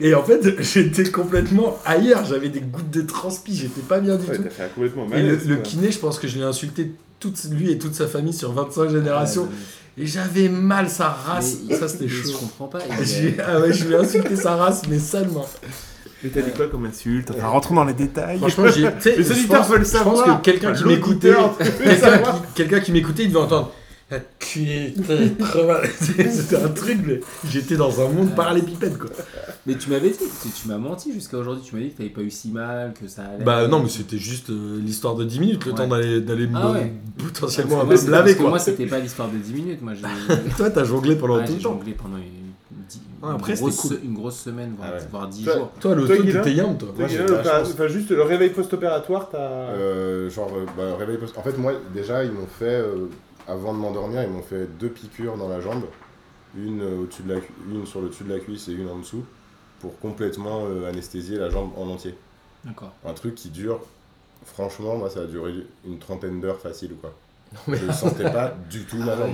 Et en fait, j'étais complètement ailleurs, j'avais des gouttes de transpi, j'étais pas bien du
Ouais,
tout.
t'as fait un complètement
Et le,
malaise.
le
quoi.
kiné, je pense que je l'ai insulté, toute, lui et toute sa famille sur 25 générations, et j'avais mal sa race,
Ah, Mais
Ah, ça c'était
il- Je
chaud.
comprends pas.
J'ai- Ah ouais, je lui ai insulté sa race, mais salement.
Mais t'as dit quoi comme insulte Enfin, rentrons dans les détails.
Franchement, j'ai. tu sais,
Les
je
auditeurs
pense-
veulent
Je pense
savoir.
que quelqu'un qui
Enfin,
m'écoutait,
l'auditeur veut
quelqu'un
savoir.
qui, quelqu'un qui m'écoutait, il devait entendre. Ah, culé, t'es trop mal. C'était un truc, mais j'étais dans un monde parallépipède quoi.
Mais tu m'avais dit, tu, tu m'as menti jusqu'à aujourd'hui. Tu m'as dit que t'avais pas eu si mal, que ça allait.
Bah non, mais c'était juste euh, l'histoire de 10 minutes, le
Ouais.
temps d'aller, d'aller me-
Ah ouais.
potentiellement un peu
Parce que moi,
me
c'est-
laver
parce que
quoi.
Moi, c'était pas l'histoire de 10 minutes. Moi, j'ai ouais,
Toi, t'as jonglé pendant tout
j'ai
le temps.
jonglé pendant une, une dix-
Ouais,
une
après, c'était
grosse,
cool.
une grosse semaine, voire,
Ah ouais.
voire 10
Ouais.
jours.
Toi, le
Toi,
truc,
Guilain
t'étais yam, toi.
Moi,
Ok,
j'ai
là,
eu la
t'as-
chance.
enfin, juste le réveil post-opératoire, t'as.
Euh, genre, euh, bah, réveil post- En fait, moi, déjà, ils m'ont fait, euh, avant de m'endormir, ils m'ont fait deux piqûres dans la jambe. Une, euh, au-dessus de la cu- une sur le dessus de la cuisse et une en dessous. Pour complètement euh, anesthésier la jambe en entier.
D'accord.
Un truc qui dure, franchement, moi, ça a duré une trentaine d'heures facile, quoi. Je ne sentais pas du tout ma jambe.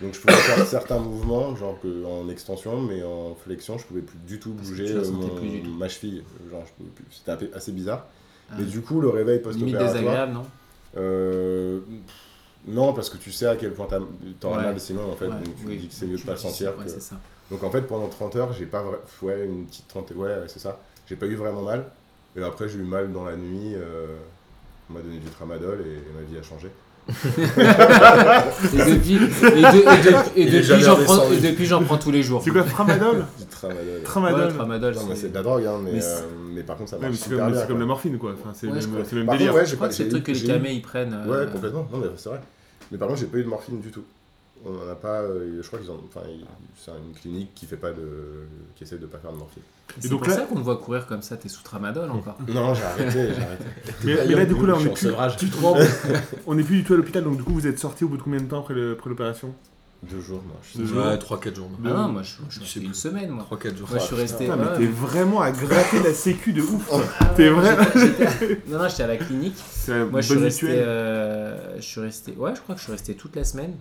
Donc, je pouvais faire certains mouvements, genre que, en extension, mais en flexion, je pouvais plus du tout
Parce que
bouger
tu la
euh,
sentais
mon-
plus du tout.
ma cheville. Genre, je pouvais plus. C'était assez bizarre.
Ah.
Mais du coup, le réveil
Limite
post-opératoire.
désagréable, non
Euh, non, parce que tu sais à quel point t'as- t'auras
Ouais.
mal sinon, en fait.
Ouais,
donc tu
oui.
dis que c'est mieux de
Je
pas
me
le
dis,
sentir.
ouais,
que-
c'est ça.
Donc en fait, pendant 30 heures, j'ai pas vrai... Ouais, une petite trentaine. Ouais, ouais, c'est ça. J'ai pas eu vraiment mal. Et après, j'ai eu mal dans la nuit. euh, On m'a donné du tramadol et, et ma vie a changé.
Et depuis, et de- et de-
Il
et
est
depuis,
jamais
j'en prends,
redescendu.
et depuis, j'en prends tous les jours.
C'est quoi, Framadol
Du tramadol.
Ouais,
Tramadol.
Tramadol,
Non, mais c'est
c'est-
de la drogue, hein, mais,
Mais
euh,
c'est-
mais par contre, ça
Ouais,
marche
mais c'est
super
comme,
bien.
c'est comme
quoi.
la morphine, quoi. Enfin, c'est le
Ouais, je
même,
crois.
c'est le même
Par
délire.
contre, ouais,
Je
j'ai
crois
pas
que c'est le
j'ai eu-
truc que les
j'ai eu-
camés ils prennent. euh,
Ouais, complètement. Non, mais c'est vrai. Mais par contre, j'ai pas eu de morphine du tout. On en a pas. euh, je crois qu'ils ont. Enfin, ils- c'est une clinique qui fait pas de. qui essaie de pas faire de morphine.
C'est
donc
pour
là-
ça qu'on me voit courir comme ça, t'es sous tramadol encore.
Non, j'ai arrêté, j'ai arrêté.
Mais, mais là, du coup, là, on
Je suis
est
en
plus,
sevrage.
tu te rends- on est plus du tout à l'hôpital, donc du coup, vous êtes sorti au bout de combien de temps après le- après l'opération
Deux jours, moi. Je
Deux jours.
Ouais, 3-4 jours.
Ah non, moi je, je suis
Je sais
resté
plus.
une semaine moi.
3-4 jours.
Moi je suis resté. euh,
Putain, Mmh. Ah, mais
ouais,
t'es
ouais.
vraiment à gratter la sécu de ouf. quoi.
Ah ouais,
T'es vrai
j'étais- j'étais- Non, non, j'étais à la clinique.
C'est un
Moi je suis
bon
resté.
rituel.
euh, je suis resté. Ouais, je crois que je suis resté toute la semaine.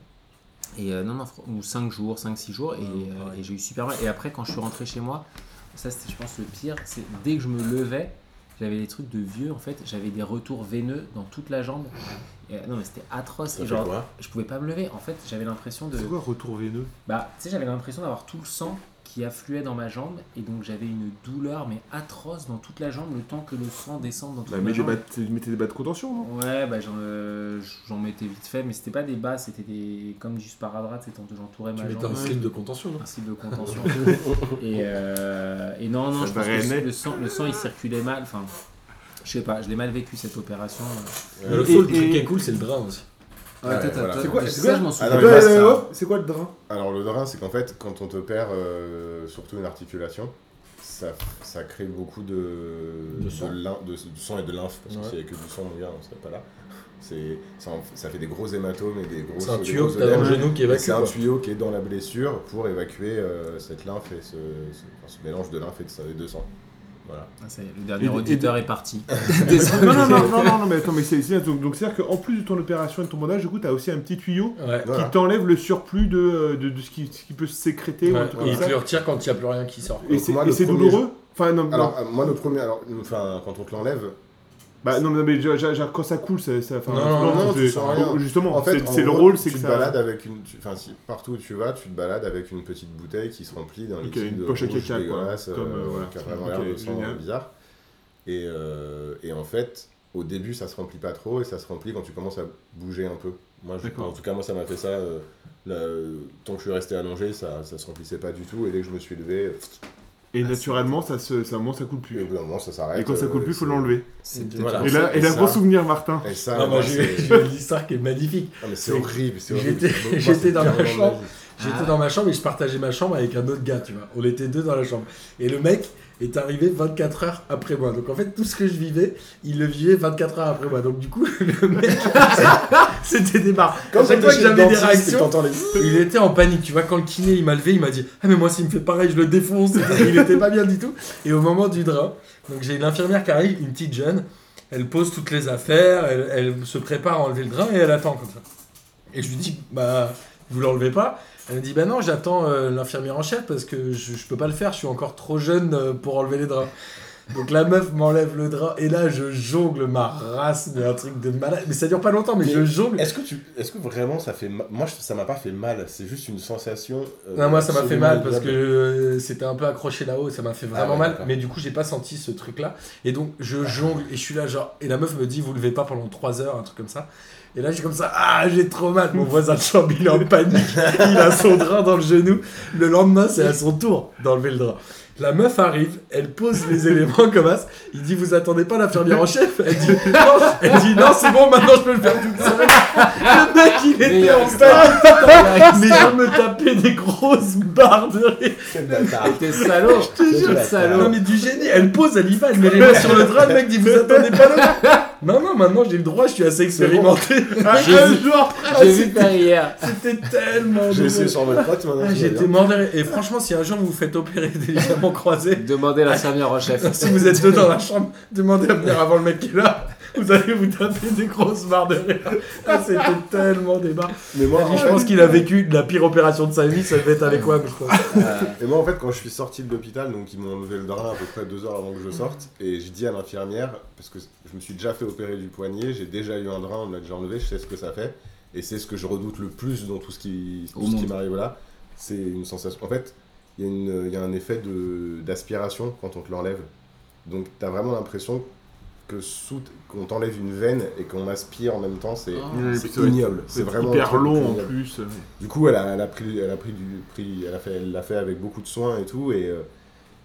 Et euh, non, non, fr- ou 5 jours, 5-6 jours. Et,
Ah,
euh, et j'ai eu super mal. Et après, quand je suis rentré chez moi, ça c'était, je pense, le pire. C'est dès que je me levais, j'avais des trucs de vieux en fait. J'avais des retours veineux dans toute la jambe. Et, euh, non, mais c'était atroce. Et genre, je pouvais pas me lever. En fait, j'avais l'impression de.
C'est quoi, retour veineux
Bah, tu sais, j'avais l'impression d'avoir tout le sang qui affluait dans ma jambe et donc j'avais une douleur mais atroce dans toute la jambe le temps que le sang descende dans toute
Bah,
ma
mets des
jambe.
bas- Tu mettais des bas de contention, non
Ouais, bah j'en euh, j'en mettais vite fait, mais c'était pas des bas, c'était des comme du sparadrap, c'est quand j'entourais
Tu
ma
mettais
jambe.
un slip de contention, non
Principe de contention. et, euh, et non, non,
Ça
je pense
paraît
que
net.
le sang, le sang il circulait mal. Enfin, je sais pas, je l'ai mal vécu cette opération.
Mais Euh, Le
Et-
seul truc
et-
qui est cool, c'est le drain aussi.
Ouais, toi, t'as- voilà. toi-
C'est quoi- c'est quoi
Ça, je m'en
Ah
souviens.
non, mais
Ouais,
moi,
ouais,
ça-
hop, euh, C'est quoi le drain
Alors, le drain, c'est qu'en fait, quand on te perd euh, surtout une articulation, ça, ça crée beaucoup de,
De sang.
lin- de- de sang et de lymphe. Parce que
Ouais.
s'il n'y avait que du sang, mon gars, on serait pas là. C'est, ça, en- ça fait des gros hématomes et des gros.
C'est un
des
tuyau
gros
que t'as dans le
œdèmes.
genou qui
Et
évacue.
C'est un
quoi.
tuyau qui est dans la blessure pour évacuer euh, cette lymphe et ce, ce- enfin, ce mélange de lymphe et de, et de sang. Voilà.
Ah, ça y est, Le dernier
Et- et-
auditeur est parti.
Non, non, non, non, non, non, mais attends, mais c'est c'est bien. Donc, donc, c'est-à-dire qu'en plus de ton opération et de ton bandage, du coup, t'as aussi un petit tuyau
Ouais.
Voilà.
qui t'enlève le surplus de, euh, de, de ce, qui, ce qui peut se sécréter ou un
Ouais,
truc
Et
comme
il
ça.
te le retire quand il n'y a plus rien qui sort.
Et
Donc,
c'est-
moi,
et
le
c'est
premier
douloureux
jour-
Enfin, non, non.
Alors, euh, moi, le premier. Alors, enfin, quand on te l'enlève,
Bah non, mais, non, mais genre, genre, genre, quand ça coule, ça. ça enfin,
Non, non, non,
c'est-
tu sens rien.
donc, Justement,
En fait,
c'est-
en
c'est le
gros,
rôle, c'est
tu
que
te
ça.
balades avec une, tu- enfin, si- partout où tu vas, tu te balades avec une petite bouteille qui se remplit d'un
Ok,
liquide
une poche à
rouge
caca, quoi.
dégueulasse, euh,
Comme, euh, voilà.
qui a vraiment
Ok,
l'air de sang
génial.
bizarre. Et, euh, et en fait, au début, ça se remplit pas trop et ça se remplit quand tu commences à bouger un peu. Moi, je-
D'accord.
en tout cas, moi, ça m'a fait ça. euh, là, euh, tant que je suis resté allongé, ça, ça se remplissait pas du tout. Et dès que je me suis levé, euh,
Et naturellement, ça se, ça, moi, ça coule plus.
au bout d'un moment, ça s'arrête.
Et quand ça
euh,
coule plus, faut
c'est-
l'enlever.
C'est peut-être
Voilà.
pour
Et
ça
là,
c'est-
et là,
c'est
gros
ça.
souvenir, Martin.
Et ça,
Ah, moi,
moi,
j'ai
c'est
j'ai une histoire qui est magnifique.
ah, mais c'est
j'ai-
horrible. c'est
j'étais-
horrible. Moi,
j'étais
c'est
dans ma
vraiment
chambre. J'étais
Ah.
dans ma chambre et je partageais ma chambre avec un autre gars, tu vois. On était deux dans la chambre. Et le mec est arrivé 24 heures après moi. Donc en fait, tout ce que je vivais, il le vivait 24 heures après moi. Donc du coup, le mec, c'était des barres.
Comme
À chaque
t'es
fois que
chez
j'avais
le
des
dentiste et que
réactions,
t'entends les-
il était en panique, tu vois. Quand le kiné il m'a levé, il m'a dit Ah, mais moi, s'il me fait pareil, je le défonce. il était pas bien du tout. Et au moment du drap, donc j'ai une infirmière qui arrive, une petite jeune. Elle pose toutes les affaires, elle, elle se prépare à enlever le drap et elle attend comme ça. Et je lui dis Bah, vous l'enlevez pas Elle me dit Bah non, j'attends euh, l'infirmière en chef parce que je, je peux pas le faire, je suis encore trop jeune euh, pour enlever les draps. Donc la meuf m'enlève le drap et là je jongle ma race, mais un truc de malade. Mais ça dure pas longtemps, mais,
Mais
je jongle.
Est-ce que, tu... est que vraiment ça fait. ma- Moi, je- ça m'a pas fait mal. C'est juste une sensation. euh,
Non, moi ça m'a fait
absolument
mal parce que
agréable.
euh, c'était un peu accroché là-haut, ça m'a fait vraiment
Ah ouais,
mal,
d'accord.
mais du coup j'ai pas senti ce truc là. Et donc je jongle et je suis là genre, et la meuf me dit vous levez pas pendant 3 heures, un truc comme ça. Et là je suis comme ça, ah j'ai trop mal, mon voisin de chambre il est en panique, il a son drap dans le genou, le lendemain c'est à son tour d'enlever le drap. La meuf arrive, elle pose les éléments comme as, il dit vous attendez pas l'infirmière en chef, elle dit non, elle dit non c'est bon maintenant je peux le faire toute seule. Le mec il
Mais il y
était
a
en
ça.
panique, mais je me tapais des grosses barres de rire.
Quel bâtard.
T'es salaud
Je te jure,
Quel
salaud.
Non mais du génie, elle pose, elle y va, elle met les mains sur le drap, le mec dit vous attendez pas là Non non, maintenant j'ai le droit, je suis assez expérimenté.
J'ai
Un
vu-
jour,
J'ai vu faire hier.
c'était tellement
J'ai essayé
drôle.
sur votre pote maintenant.
Ah,
tout va
J'étais
bien.
mort de rire. Et franchement, si un jour vous vous faites opérer des ligaments croisés,
Demandez à l'infirmière en chef.
si vous êtes deux dans la chambre, demandez à venir avant le mec qui est là. Vous allez vous taper des grosses barres de rire. Ah, c'était tellement des barres.
Mais moi, en
Je pense qu'il a vécu la pire opération de sa vie, ça devait être avec moi, je crois.
Et moi, en fait, quand je suis sorti de l'hôpital, donc ils m'ont enlevé le drap à peu près deux heures avant que je sorte, et j'ai dit à l'infirmière, parce que je me suis déjà fait opérer du poignet, j'ai déjà eu un drap, on me l'a déjà enlevé, je sais ce que ça fait, et c'est ce que je redoute le plus dans tout ce qui,
Au
tout ce qui
monde.
m'arrive là. C'est une sensation. En fait, il y, a une- il y a un effet de- d'aspiration quand on te l'enlève. Donc, t'as vraiment l'impression que sous qu'on t'enlève une veine et qu'on aspire en même temps, c'est
Ah.
Ouais,
c'est
puis ça va être-
ignoble.
C'est
C'est vraiment un
hyper
truc
long en
ignoble.
plus.
Du coup, elle a, elle a pris, elle a pris du, pris, elle a fait, elle l'a fait avec beaucoup de soin et tout, et euh,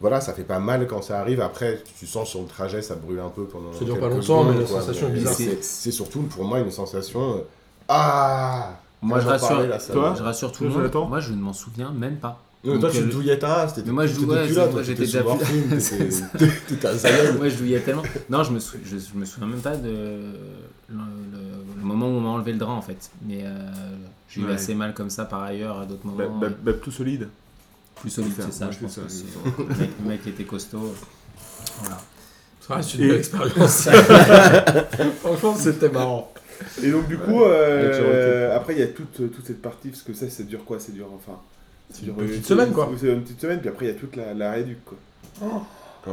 voilà, ça fait pas mal quand ça arrive. Après, tu sens sur le trajet, ça brûle un peu pendant.
Ça dure
quelques
pas longtemps, mais la
quoi,
sensation est
mais
bizarre.
C'est c'est surtout pour moi une sensation. euh, ah,
Moi, je
j'en
rassure-
parlais, là, ça-
Toi
je-
Je rassure tout
Toi,
le monde.
Jonathan
Moi, je ne m'en souviens même pas.
Non, mais toi,
Donc, euh,
tu
elle-
douillais ta race, t'étais
Mais moi, je
t'étais
douillais,
plus là,
moi,
toi,
j'étais déjà
t'étais sous
plus-
morphine, t'étais- t'étais à Zaïre.
Moi, je douillais tellement. Non, je me, sou- je, je me souviens même pas de le, le- le moment où on m'a enlevé le drap, en fait. Mais euh, j'ai eu
Ouais.
assez mal comme ça par ailleurs à d'autres
Bah,
moments.
bah, bah, plutôt solide.
plus solide,
ça,
c'est ça.
moi,
Je
je
pense
fais
que
ça,
c'est- le, mec, le mec était costaud. Voilà.
Ça reste
Et-
Ah, une belle expérience. Franchement, c'était marrant.
Ah,
Et donc du coup, euh, après il y a toute, toute cette partie, parce que ça, ça dure quoi Ça dure enfin... ça
Une
dure,
petite
euh,
semaine, quoi.
c'est une petite semaine, puis après il y a toute la, la réduc quoi.
Ouais,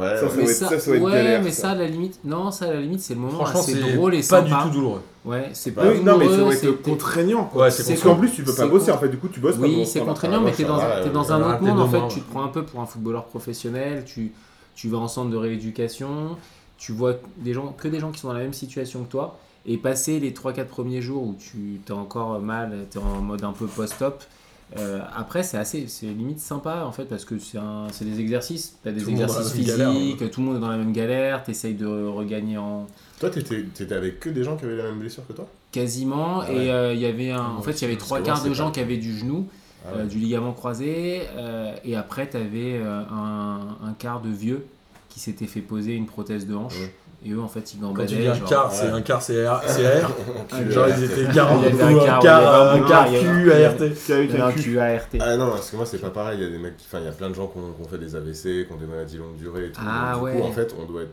Ça,
ouais.
ça doit être- ça, ça doit être galère,
mais
ça.
ça, à la limite, non, ça, à la limite, c'est le moment
Franchement,
assez
c'est
drôle et
pas
sympa.
du tout douloureux.
Ouais, c'est pas
Bah oui, non, mais ça
douloureux,
doit être
c'était-
Contraignant quoi.
Ouais,
c'est
Parce
con-
qu'en plus tu peux
c'est
pas bosser
con.
en fait, du coup tu bosses pendant
Oui,
ce
c'est
temps-là.
Ah,
contraignant, mais
ouais,
t'es
ça
dans, un-
va, euh,
t'es dans
on
un
a
autre monde.
raté
En
deux
fait,
mois,
tu te
ouais.
prends un peu pour un footballeur professionnel, tu, tu vas en centre de rééducation, tu vois des gens, que des gens qui sont dans la même situation que toi. Et passer les 3-4 premiers jours où tu t'es encore mal, t'es en mode un peu post-op, euh, après c'est assez, c'est limite sympa en fait parce que c'est un- c'est des exercices, t'as des
Tout le monde a
exercices
une
physiques,
galère,
tout le monde est dans la même galère, t'essayes de regagner en,
Toi, t'étais t'étais avec que des gens qui avaient la même blessure que toi
Quasiment.
Ah
Et euh, il y avait un...
Ah,
en fait, il y avait
parce
trois
que
quarts
moi,
de
c'est
gens
pas-
qui avaient du genou,
Ah
euh,
ouais.
du ligament croisé. euh, et après, tu avais un, un quart de vieux qui s'était fait poser une prothèse de hanche.
Ouais.
Et eux, en fait, ils
Quand tu
gambadaient.
dis un
bah, genre,
quart,
ouais.
c'est un quart, c'est R. c'est R.
Ah,
Genre,
ouais.
ils étaient quart,
Il y avait
ou
un
un
quart, il y
quart, euh,
avait
un
un
quart
bras, il y
Q,
avait un-
ART.
il y avait un QART.
Ah non, parce que moi c'est pas pareil, il y a des mecs, enfin il y a plein de gens qui ont, qui ont fait des AVC, qui ont des maladies longue durée et tout.
Ah
Donc, du
ouais.
coup en fait on doit être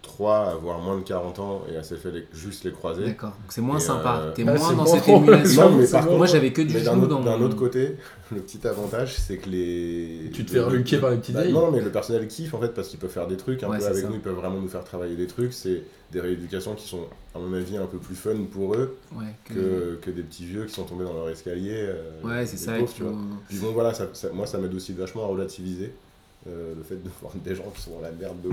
3 avoir moins de 40 ans et à s'est fait les- juste les croiser.
D'accord. Donc, c'est moins
Et,
sympa.
euh,
T'es
ah,
moins
c'est
dans
bon.
cette émulation.
Non, mais
C'est
par
bon.
contre-
Moi, j'avais que du
Mais d'un
genou
autre,
dans
d'un
mon-
autre côté, le petit avantage c'est que les...
Tu te fais reluquer par les petites
Bah,
vieilles.
non mais le personnel kiffe en fait parce qu'ils peuvent faire des trucs un
Ouais,
peu
c'est
avec
ça.
nous, ils peuvent vraiment nous faire travailler des trucs, c'est des rééducations qui sont à mon avis un peu plus fun pour eux
Ouais, que-
que, que des petits vieux qui sont tombés dans leur escalier. euh,
Mm. ouais, c'est
les
ça.
pauvres,
et
tu
puis,
vois.
on-
Puis bon, voilà, ça- ça- moi ça m'aide aussi vachement à relativiser euh, le fait de voir des gens qui sont dans la merde de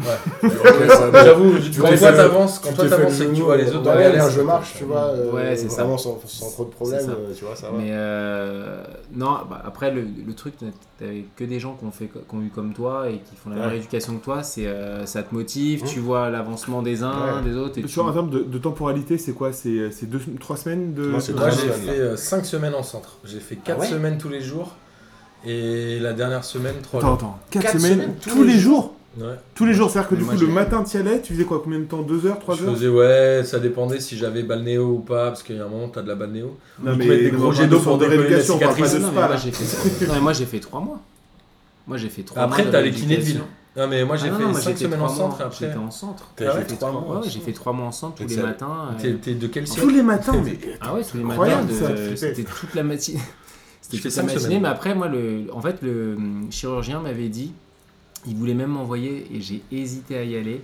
J'avoue,
t'es
quand
fait
toi
le-
t'avances, quand toi t'avances et que tu vois les autres dans la galère,
je marche, tu vois. euh,
Ouais, c'est ça.
Vraiment sans, sans trop de
C'est
problèmes,
ça.
euh, tu
Ah
vois, ça va.
Mais euh, non, bah, après le, le truc, t'avais que des gens qui ont, fait, qui ont eu comme toi et qui font la même
Ouais.
rééducation que toi, c'est euh, ça te motive,
Mhm.
tu vois l'avancement des uns,
Ouais.
des autres. Et tu...
Sur en termes de, de temporalité, c'est quoi C'est euh, c'est deux, trois semaines de.
Moi, c'est
de-
Moi
trois
j'ai euh,
semaines, là.
Ah
fait 5 semaines en centre. J'ai fait 4
ouais
semaines tous les jours. Et la dernière semaine, 3
Attends,
jours.
attends. 4,
Quatre
semaines, tous, les jours
Ouais.
Tous les jours, c'est-à-dire que
Mais
du
moi,
coup, le
j'ai-
matin, t'y allais, tu faisais quoi Combien de temps 2 heures, 3
Je
heures
faisais, ouais, ça dépendait si j'avais balnéo ou pas, parce qu'il y a un moment, t'as de la balnéo.
Non,
Ils te mettent des
non,
gros
pas
jets
de
d'eau
sport
pour
de
décoller la
rééducation, on parle pas
cicatrice.
de
Non, mais moi,
spa, là.
j'ai fait... non, mais moi j'ai fait 3 mois. Moi j'ai fait 3 mois.
Après,
de
t'as les kinés de ville.
rééducation.
Non, mais moi, j'ai
Ah non, non,
fait
moi,
5
j'étais
semaines en
trois mois.
centre après.
J'étais en centre.
T'as
Ah
fait
ouais,
trois
Trois
mois.
mois, ouais, j'ai fait 3 mois en centre tous
Et
les
ça-
matins. euh,
T'es t'es de quel
Tous
siècle
les matins, mais.
Ah ouais, tous les matins.
Incroyable, ça,
de-
flippé.
C'était toute la matinée. C'était
Je fais
toute
ça
la
une
matinée,
semaine.
mais après, moi, le, en fait, le hum, chirurgien m'avait dit, il voulait même m'envoyer, et j'ai hésité à y aller,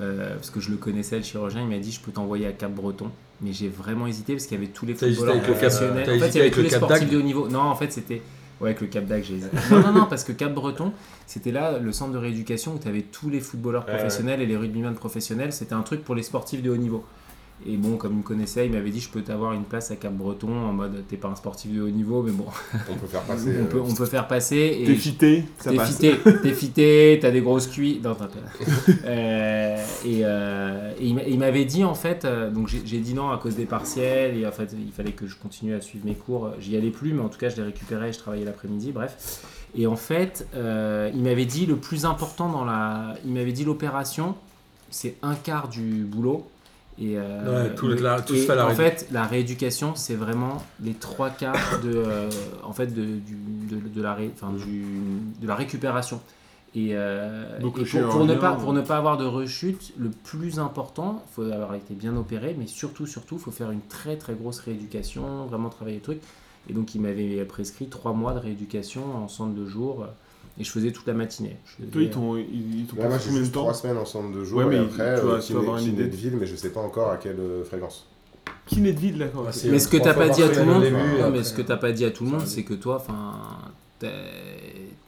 euh, parce que je le connaissais, le chirurgien, il m'a dit, je peux t'envoyer à Cap-Breton. Mais j'ai vraiment hésité, parce qu'il y avait tous les
T'as hésité
footballeurs
avec le Cap-
professionnels.
t'as
En fait,
hésité
il y avait
avec
tous
le
les
Cap
sportifs
d'Agde
de haut niveau. Non, en fait, c'était... Ouais, avec le Cap d'Agde, j'ai hésité. Non, non, non, parce que Cap-Breton, c'était là le centre de rééducation où tu avais tous les footballeurs
Ouais, ouais.
professionnels et les rugbymen professionnels. C'était un truc pour les sportifs de haut niveau. Et bon, comme il me connaissait, il m'avait dit je peux t'avoir une place à Cap Breton en mode t'es pas un sportif de haut niveau, mais bon,
On peut faire passer. euh,
on, peut, on peut faire passer. Et
Euh, T'es fité, ça
t'es
passe.
fité, t'es fité, t'as des grosses cuisses. Non, t'as pas. Euh, et, euh, et il m'a- il m'avait dit en fait, euh, donc j'ai j'ai dit non à cause des partiels et en fait il fallait que je continue à suivre mes cours. J'y allais plus, mais en tout cas je les récupérais, je travaillais l'après-midi, bref. Et en fait, euh, il m'avait dit le plus important dans la, il m'avait dit l'opération, c'est un quart du boulot. Et, euh,
Ouais, tout le-
mais-
la- tout se
et
fait à la
en
rédu-
fait, la rééducation, c'est vraiment les trois quarts de, euh, en fait, de, du- de- de la ré- enfin, du- de la récupération. Et, euh,
Donc,
et
le
pour, pour ne
chirurgien,
pas,
ouais.
pour ne pas avoir de rechute, le plus important, il faut avoir été bien opéré, mais surtout, surtout, il faut faire une très très grosse rééducation, vraiment travailler le truc. Et donc, il m'avait prescrit trois mois de rééducation en centre de jour, euh, et je faisais toute la matinée. Je
Toi, ils
faisais-
t'ont ils- ils t'ont
Là, moi,
passé
je
combien de
suis
temps
3 semaines ensemble de jours
Ouais, mais
et après,
tu vas- tu
euh,
vas
kiné,
avoir une
kiné
idée.
de ville, mais je sais pas encore à quelle euh, fréquence.
Kiné de vide, d'accord.
Ah,
ok.
c'est-
Mais ce que
trois
t'as
fois
pas dit à
par
tout le
semaine au
monde,
début,
non,
et après-
mais ce que t'as pas dit à tout le
ça
monde,
va.
c'est que toi, enfin, t'as-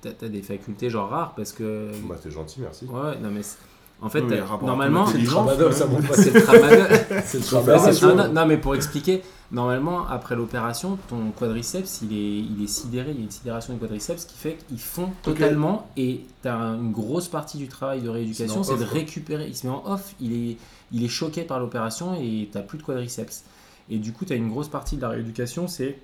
t'as t'as des facultés genre rares parce que.
Bah, t'es gentil, merci.
Ouais, ouais, non mais c'est- en fait,
Non, mais
t'as-
rapport
normalement,
C'est
automatique.
le
les gens,
tramadol, ça monte pas.
c'est le tramadol.
C'est le
Bah,
tramadol.
c'est
ça
ça,
monte.
non, non, mais pour expliquer, normalement après l'opération, ton quadriceps il est, il est sidéré, il y a une sidération du quadriceps ce qui fait qu'ils font totalement et t'as une grosse partie du travail de rééducation,
C'est en
c'est de
off, quoi.
récupérer. Il se met en off, il est, il est choqué par l'opération et t'as plus de quadriceps. Et du coup, t'as une grosse partie de la rééducation, c'est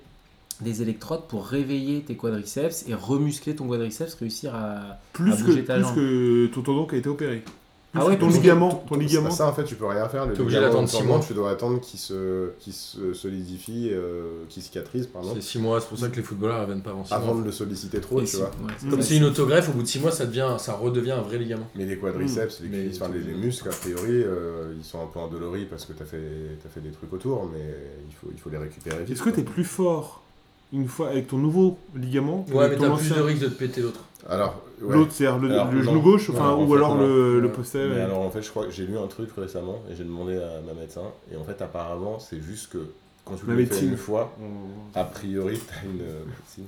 des électrodes pour réveiller tes quadriceps et remuscler ton quadriceps, réussir à. à
Plus que,
bouger ta
plus
jambe.
que ton tendon qui a été opéré. Plus
Ah
que
ouais,
ton
parce que-
ligament, ton
C'est
ligament.
pas Bah, ça, en fait, tu peux rien faire. Le
T'es obligé
ligament
d'attendre
de
six
tendon,
mois.
Tu dois attendre qu'il se, qu'il se solidifie, euh, qu'il cicatrise, pardon,
C'est 6 mois, c'est pour ça que les footballeurs ne viennent pas avant 6
avant de
mois.
le solliciter trop,
Et
tu
si-
vois.
ouais, c'est
Comme
ça.
c'est une autogreffe, au bout de 6 mois, ça, devient, ça redevient un vrai ligament.
Mais les quadriceps,
Hmm.
les,
Mais
cuisses, enfin,
tout-
les, les muscles, a priori, euh, ils sont un peu endoloris parce que t'as fait, t'as fait des trucs autour, mais il faut, il faut les récupérer vite.
Est-ce que
quoi.
t'es plus fort une fois avec ton nouveau ligament
Ouais, mais
ton
t'as plus
ancien
de risque de te péter l'autre.
Alors, ouais.
L'autre, c'est-à-dire le,
Alors,
le
non.
genou gauche, enfin,
Non, en
ou
fait,
alors
non.
le, le
Ouais.
postel.
Mais
ouais.
alors en fait, je crois que j'ai lu un truc récemment et j'ai demandé à ma médecin. Et en fait, apparemment, c'est juste que quand tu
La
le fais
médecine.
une fois,
On-
a priori, t'as une. euh, médecine.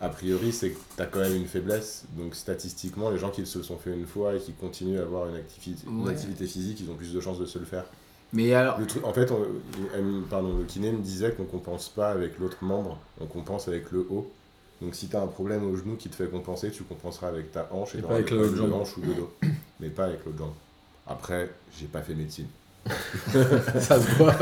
A priori, c'est que t'as quand même une faiblesse. Donc statistiquement, les gens qui se le sont fait une fois et qui continuent à avoir une, activi- une
Ouais.
activité physique, ils ont plus de chances de se le faire.
Mais alors,
Le truc, en fait, on- elle me- pardon, le kiné me disait qu'on compense pas avec l'autre membre, on compense avec le haut. Donc si t'as un problème au genou qui te fait compenser, tu compenseras avec ta hanche
Et
et
pas
t'auras
avec
des
la
problèmes
jambe.
de hanche ou de dos, mais pas avec l'autre jambe. Après, j'ai pas fait médecine.
Ça se voit.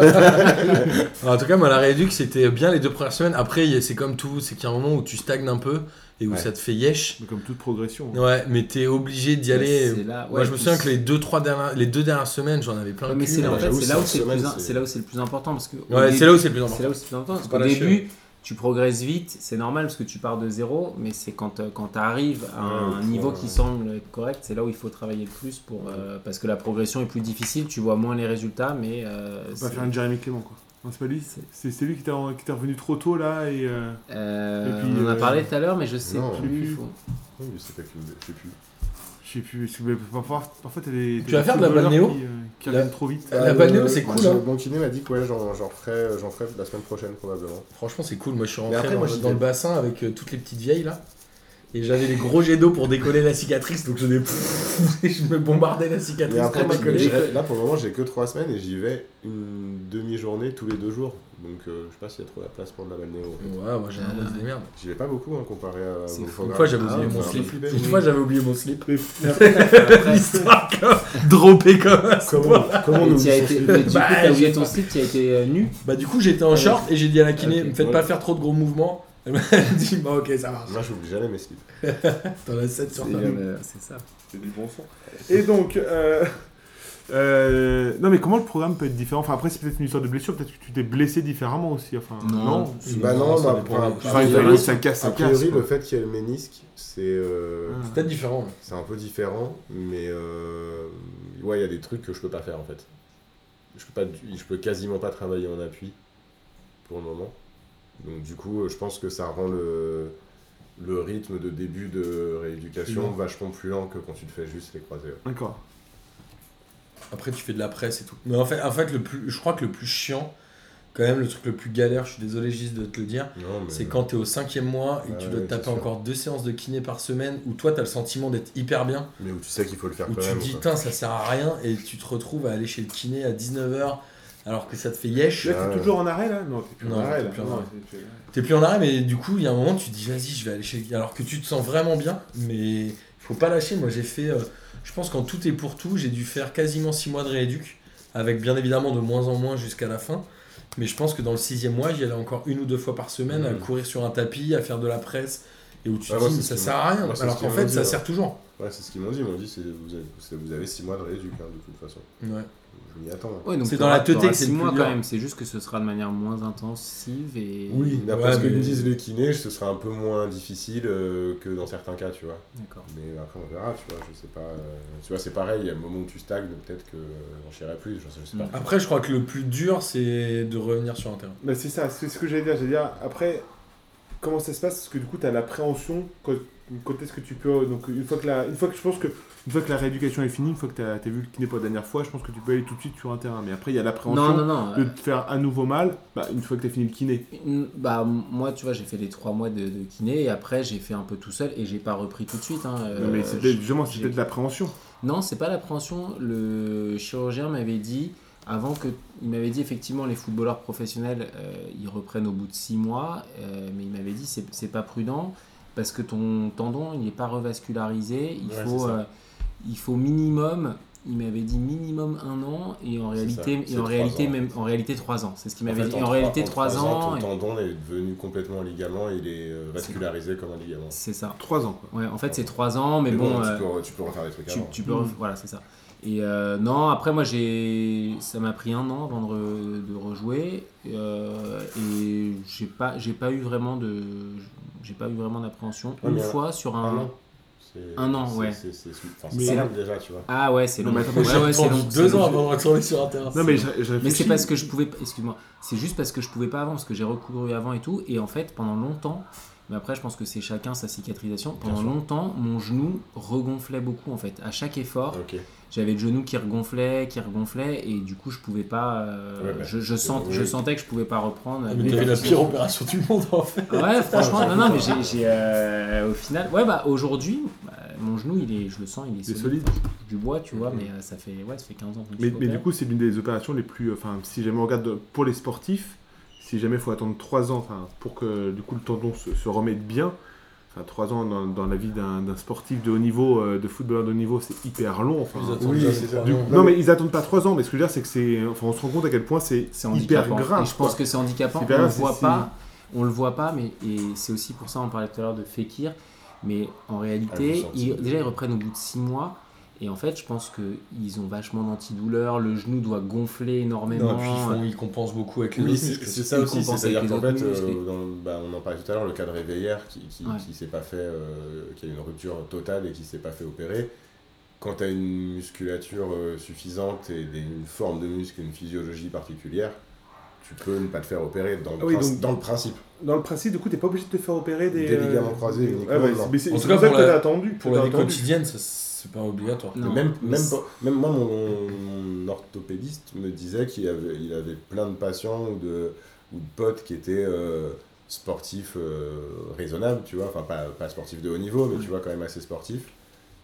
en tout cas, moi, la rééduque, c'était bien les deux premières semaines. Après, il y a- c'est comme tout, c'est qu'il y a un moment où tu stagnes un peu et où
Ouais.
ça te fait yesh.
Mais comme toute progression.
Ouais, mais t'es obligé d'y aller.
c'est là-
Moi,
ouais,
je me
puis
souviens
c'est-
que les deux, trois dernières, les deux dernières semaines, j'en avais plein.
Ouais,
le
Ah, mais
cul,
c'est là, en
mais
fait,
j'avoue,
c'est là où
cinq
c'est le plus
semaines,
im-
c'est-
c'est là où c'est le plus important parce que au
Ouais, c'est
début-
là où c'est le plus important.
c'est là où c'est le plus important parce
Faut
qu'au
pas lâcher.
début tu progresses vite, c'est normal parce que tu pars de zéro, mais c'est quand euh, quand tu arrives à
Ouais,
un
ouais,
niveau
ouais.
qui semble correct, c'est là où il faut travailler le plus pour euh, parce que la progression est plus difficile, tu vois moins les résultats, mais euh,
Faut
c'est-
pas faire une Jérémy Clément, quoi. Non, c'est pas lui. c'est- C'est c'est lui qui t'est en- qui t'est revenu trop tôt, là, et... euh,
euh,
Et puis,
on en a
euh,
parlé tout à l'heure, mais je sais
non,
plus.
plus.
faut-
Oui, je sais pas qui me- je sais plus.
Je sais plus, est-ce que- mais parfois, parfois t'as des...
Tu
t'as
vas
des
faire de la
footballeurs
balnéo
Qui, euh, qui
La-
reviennent trop vite.
La
Euh,
balnéo, c'est
moi,
cool,
j'ai-
hein.
Mon kiné m'a dit que ouais, j'en j'en ferai, j'en ferai la semaine prochaine probablement.
Franchement, c'est cool. Moi, je suis
Mais
rentré
après,
dans,
moi, j'y
dans le
vais.
bassin avec euh, toutes les petites vieilles là. Et j'avais des gros jets d'eau pour décoller la cicatrice, donc je, dé- et je me bombardais la cicatrice
Mais après,
pour
moi,
décoller.
j'ai- là pour le moment, j'ai que trois semaines et j'y vais une demi-journée tous les deux jours. Donc euh, je sais pas s'il y a trop la place pour de la balnéo. en fait.
Ouais, moi j'ai un mode de merde.
J'y vais pas beaucoup hein, comparé à.
C'est
mon
fou.
programme.
Une fois, j'avais
Ah,
oublié
ouais,
mon
ça
slip.
flippé.
Une fois, j'avais oublié mon slip.
Mais-
L'histoire comme droppé comme un
Comment, comment on
Et
oublie
t'y as
son
été-
slip
mais du coup,
Bah,
t'as oublié
j'ai
ton slip, tu as été euh, nu.
Bah du coup j'étais en short et j'ai dit à la kiné,
Ok,
me faites
voilà.
pas faire trop de gros mouvements. Elle me dit, bah ok, ça marche.
Moi, j'oublie jamais mes slips.
T'en as 7 sur
C'est
20.
bien.
C'est ça.
C'est du bon sang.
Et donc, euh, euh, non mais comment le programme peut être différent Enfin après c'est peut-être une histoire de blessure, peut-être que tu t'es blessé différemment aussi. Enfin
Non.
Oui,
Bah non,
ça
bah,
dépend.
bah,
Enfin,
a
il
priori,
fallait- ça casse, ça
a
casse.
priori,
quoi.
le fait qu'il y ait le ménisque, c'est euh,
Ah.
C'est peut-être différent.
c'est un peu différent, mais euh, ouais, il y a des trucs que je peux pas faire en fait. Je peux pas, du- je peux quasiment pas travailler en appui pour le moment. Donc du coup, euh, je pense que ça rend le le rythme de début de rééducation
Plus lent.
vachement plus lent que quand tu te fais juste les croisés. ouais.
D'accord.
Après, tu fais de la presse et tout. Mais en fait, en fait le plus, je crois que le plus chiant, quand même, le truc le plus galère, je suis désolé, Gis, de te le dire,
Non, mais-
c'est quand t'es au cinquième mois et que tu
Ouais,
dois te
ouais,
taper
c'est sûr.
encore deux séances de kiné par semaine où toi, t'as le sentiment d'être hyper bien,
mais où tu sais qu'il faut le faire
où
Ah, quand
tu te
même.
dis,
quoi.
tiens, ça sert à rien et tu te retrouves à aller chez le kiné à 19h alors que ça te fait yesh.
Là
Ouais.
t'es toujours en arrêt là Non t'es plus
Non,
en arrêt
t'es
là.
plus en
Non,
arrêt.
t'es plus en arrêt.
T'es plus en arrêt, mais du coup, il y a un moment, tu te dis, vas-y, je vais aller chez le- Alors que tu te sens vraiment bien, mais faut pas lâcher. Moi, j'ai fait, euh, je pense qu'en tout et pour tout, j'ai dû faire quasiment 6 mois de rééduc, avec bien évidemment de moins en moins jusqu'à la fin. Mais je pense que dans le sixième mois, j'y allais encore une ou deux fois par semaine à
Mhm.
courir sur un tapis, à faire de la presse, et où tu
Ouais,
te
moi,
dis,
c'est
mais
ce
ça
qui
sert à rien.
moi, c'est
Alors
ce
qu'en
qui
fait,
me
ça
dit,
sert toujours.
Ouais, c'est ce qu'ils m'ont dit. Ils m'ont dit, c'est vous avez, c'est- vous avez six mois de rééduc hein, de toute façon.
Ouais.
Je m'y attends. hein.
Ouais, donc
C'est
t'auras-
dans la teuté
t'auras
que c'est
six
le
mois
plus
quand
dur.
même, c'est juste que ce sera de manière moins intensive et.
Oui.
D'après
Ouais,
ce que
mais-
me disent les kinés, ce sera un peu moins difficile euh, que dans certains cas, tu vois.
D'accord.
Mais après, on verra, tu vois. Je sais pas. euh, tu vois, c'est pareil, il y a un moment où tu stagnes, peut-être que euh, j'enchaînerai plus. Je sais, je sais
Mm.
pas.
Après, je crois que le plus dur, c'est de revenir sur un terrain.
Bah, c'est ça, c'est ce que j'allais dire. J'allais dire, après, comment ça se passe Parce que du coup, tu as l'appréhension quand, quand est-ce que tu peux. Donc, une fois que, la, une fois que je pense que.
Une fois que la rééducation est finie, une fois que t'as t'as vu le kiné pour la dernière fois, je pense que tu peux aller tout de suite sur un terrain. Mais après il y a
Non,
l'appréhension
non, non.
de te faire à nouveau mal, bah, une fois que t'as fini le kiné.
Mm, Bah, m- moi, tu vois, j'ai fait les trois mois de, de kiné et après, j'ai fait un peu tout seul et j'ai pas repris tout de suite. hein. Euh,
non mais c'est peut-être-
je-
justement c'est
j'ai-
peut-être l'appréhension.
Non, c'est pas l'appréhension. Le chirurgien m'avait dit, avant que. Il m'avait dit effectivement, les footballeurs professionnels, euh, ils reprennent au bout de six mois, euh, mais il m'avait dit, c'est c'est pas prudent parce que ton tendon, il n'est pas revascularisé. Il,
Ouais, c'est
faut,
ça.
euh, il faut minimum. Il m'avait dit minimum un an et en
C'est
réalité,
ça,
et
c'est
en
trois
réalité
ans.
même en réalité trois ans. C'est ce qu'il
En
m'avait
fait,
dit.
en
Et En,
trois-
réalité
en
trois
trois
ans.
Ton
et-
tendon est devenu complètement un ligament, il est euh, vascularisé comme un ligament.
C'est ça.
Trois ans quoi.
Ouais, en fait, c'est trois ans, mais
Mais
bon,
tu,
euh,
peux, tu peux en faire des trucs
tu,
avant.
tu peux. Voilà, c'est ça. Et euh, non, après, moi, j'ai, ça m'a pris un an avant de, re- de rejouer, euh, et j'ai pas, j'ai pas eu vraiment de, j'ai pas eu vraiment d'appréhension.
Ouais,
Une
mais
fois sur un.
Un an. C'est-
Un an,
c'est-
ouais.
C'est c'est- c'est- enfin,
Mais-
c'est simple déjà, tu vois.
Ah ouais, c'est
Non,
long.
mais attends,
Ouais, ouais, c'est long, c'est
deux
long.
ans avant de retourner sur un terrain.
Non mais je, je
Mais
réfléchis.
c'est parce que je pouvais, excuse-moi, c'est juste parce que je pouvais pas avant, parce que j'ai recouru avant et tout, et en fait pendant longtemps, mais après je pense que c'est chacun sa cicatrisation, pendant
sûr.
longtemps mon genou regonflait beaucoup en fait, à chaque effort,
Ok.
j'avais le genou qui regonflait, qui regonflait, et du coup je pouvais pas, euh,
Ouais, bah,
je, je sens-
c'est-
je sentais que je pouvais pas reprendre.
Ah, Mais t'as fait la pire opération du monde, en fait.
Ouais, franchement, non, non, mais j'ai, j'ai, euh, au final, ouais, bah aujourd'hui, bah, mon genou, il est, je le sens, il est
Il est
solide,
solide.
du bois, tu vois, mais euh, ça fait, ouais, ça fait 15 ans. que je
Mais,
suis
mais du
opéré.
coup, c'est l'une des opérations les plus. Enfin, si jamais on regarde pour les sportifs, si jamais il faut attendre 3 ans enfin, pour que du coup le tendon se, se remette bien, enfin, 3 ans dans, dans la vie d'un d'un sportif de haut niveau, euh, de footballeur de haut niveau, c'est hyper long. Enfin,
Oui, c'est ça.
Du- non, mais ils attendent pas 3 ans, mais ce que je veux dire, c'est que c'est. Enfin, on se rend compte à quel point c'est hein.
c'est
hyper
handicapant.
grave.
Et je pense
quoi.
que c'est handicapant.
C'est
on le
grave,
voit
c'est-
pas, on le voit pas, mais et c'est aussi pour ça on parlait tout à l'heure de Fekir. Mais en réalité,
Ah, vous
ils-
sentez.
déjà ils reprennent au bout de 6 mois. Et en fait, je pense que ils ont vachement d'antidouleurs. Le genou doit gonfler énormément. euh,
Non, puis ils, font- ils compensent beaucoup avec les
Oui,
autres
c'est
muscles.
c'est ça
ils
aussi,
compensent
c'est-à-dire
avec
qu'en
les
fait,
autres muscles et-
euh, dans- bah, on en parlait tout à l'heure, le cadre éveillère qui, qui,
Ouais.
qui s'est pas fait, euh, qui a eu une rupture totale et qui s'est pas fait opérer, quand tu as une musculature euh, suffisante et des- une forme de muscle, une physiologie particulière, tu peux ne pas te faire opérer dans le,
Ah oui,
princi-
donc-
dans le principe.
Dans le principe, du coup, t'es pas obligé de te faire opérer des.
Des ligaments croisés uniquement,
Ouais, ouais,
non.
c'est- mais c'est
En tout
c'est
cas,
pour ça que
pour
t'as
la-
attendu.
Pour
t'as
la vie
attendu.
quotidienne, ça, c'est pas obligatoire.
Non,
même,
mais
même,
c'est-
pas- même moi, mon, mon orthopédiste me disait qu'il avait, il avait plein de patients ou de, ou de potes qui étaient euh, sportifs euh, raisonnables, tu vois, enfin pas, pas sportifs de haut niveau, mais tu vois, quand même assez sportifs,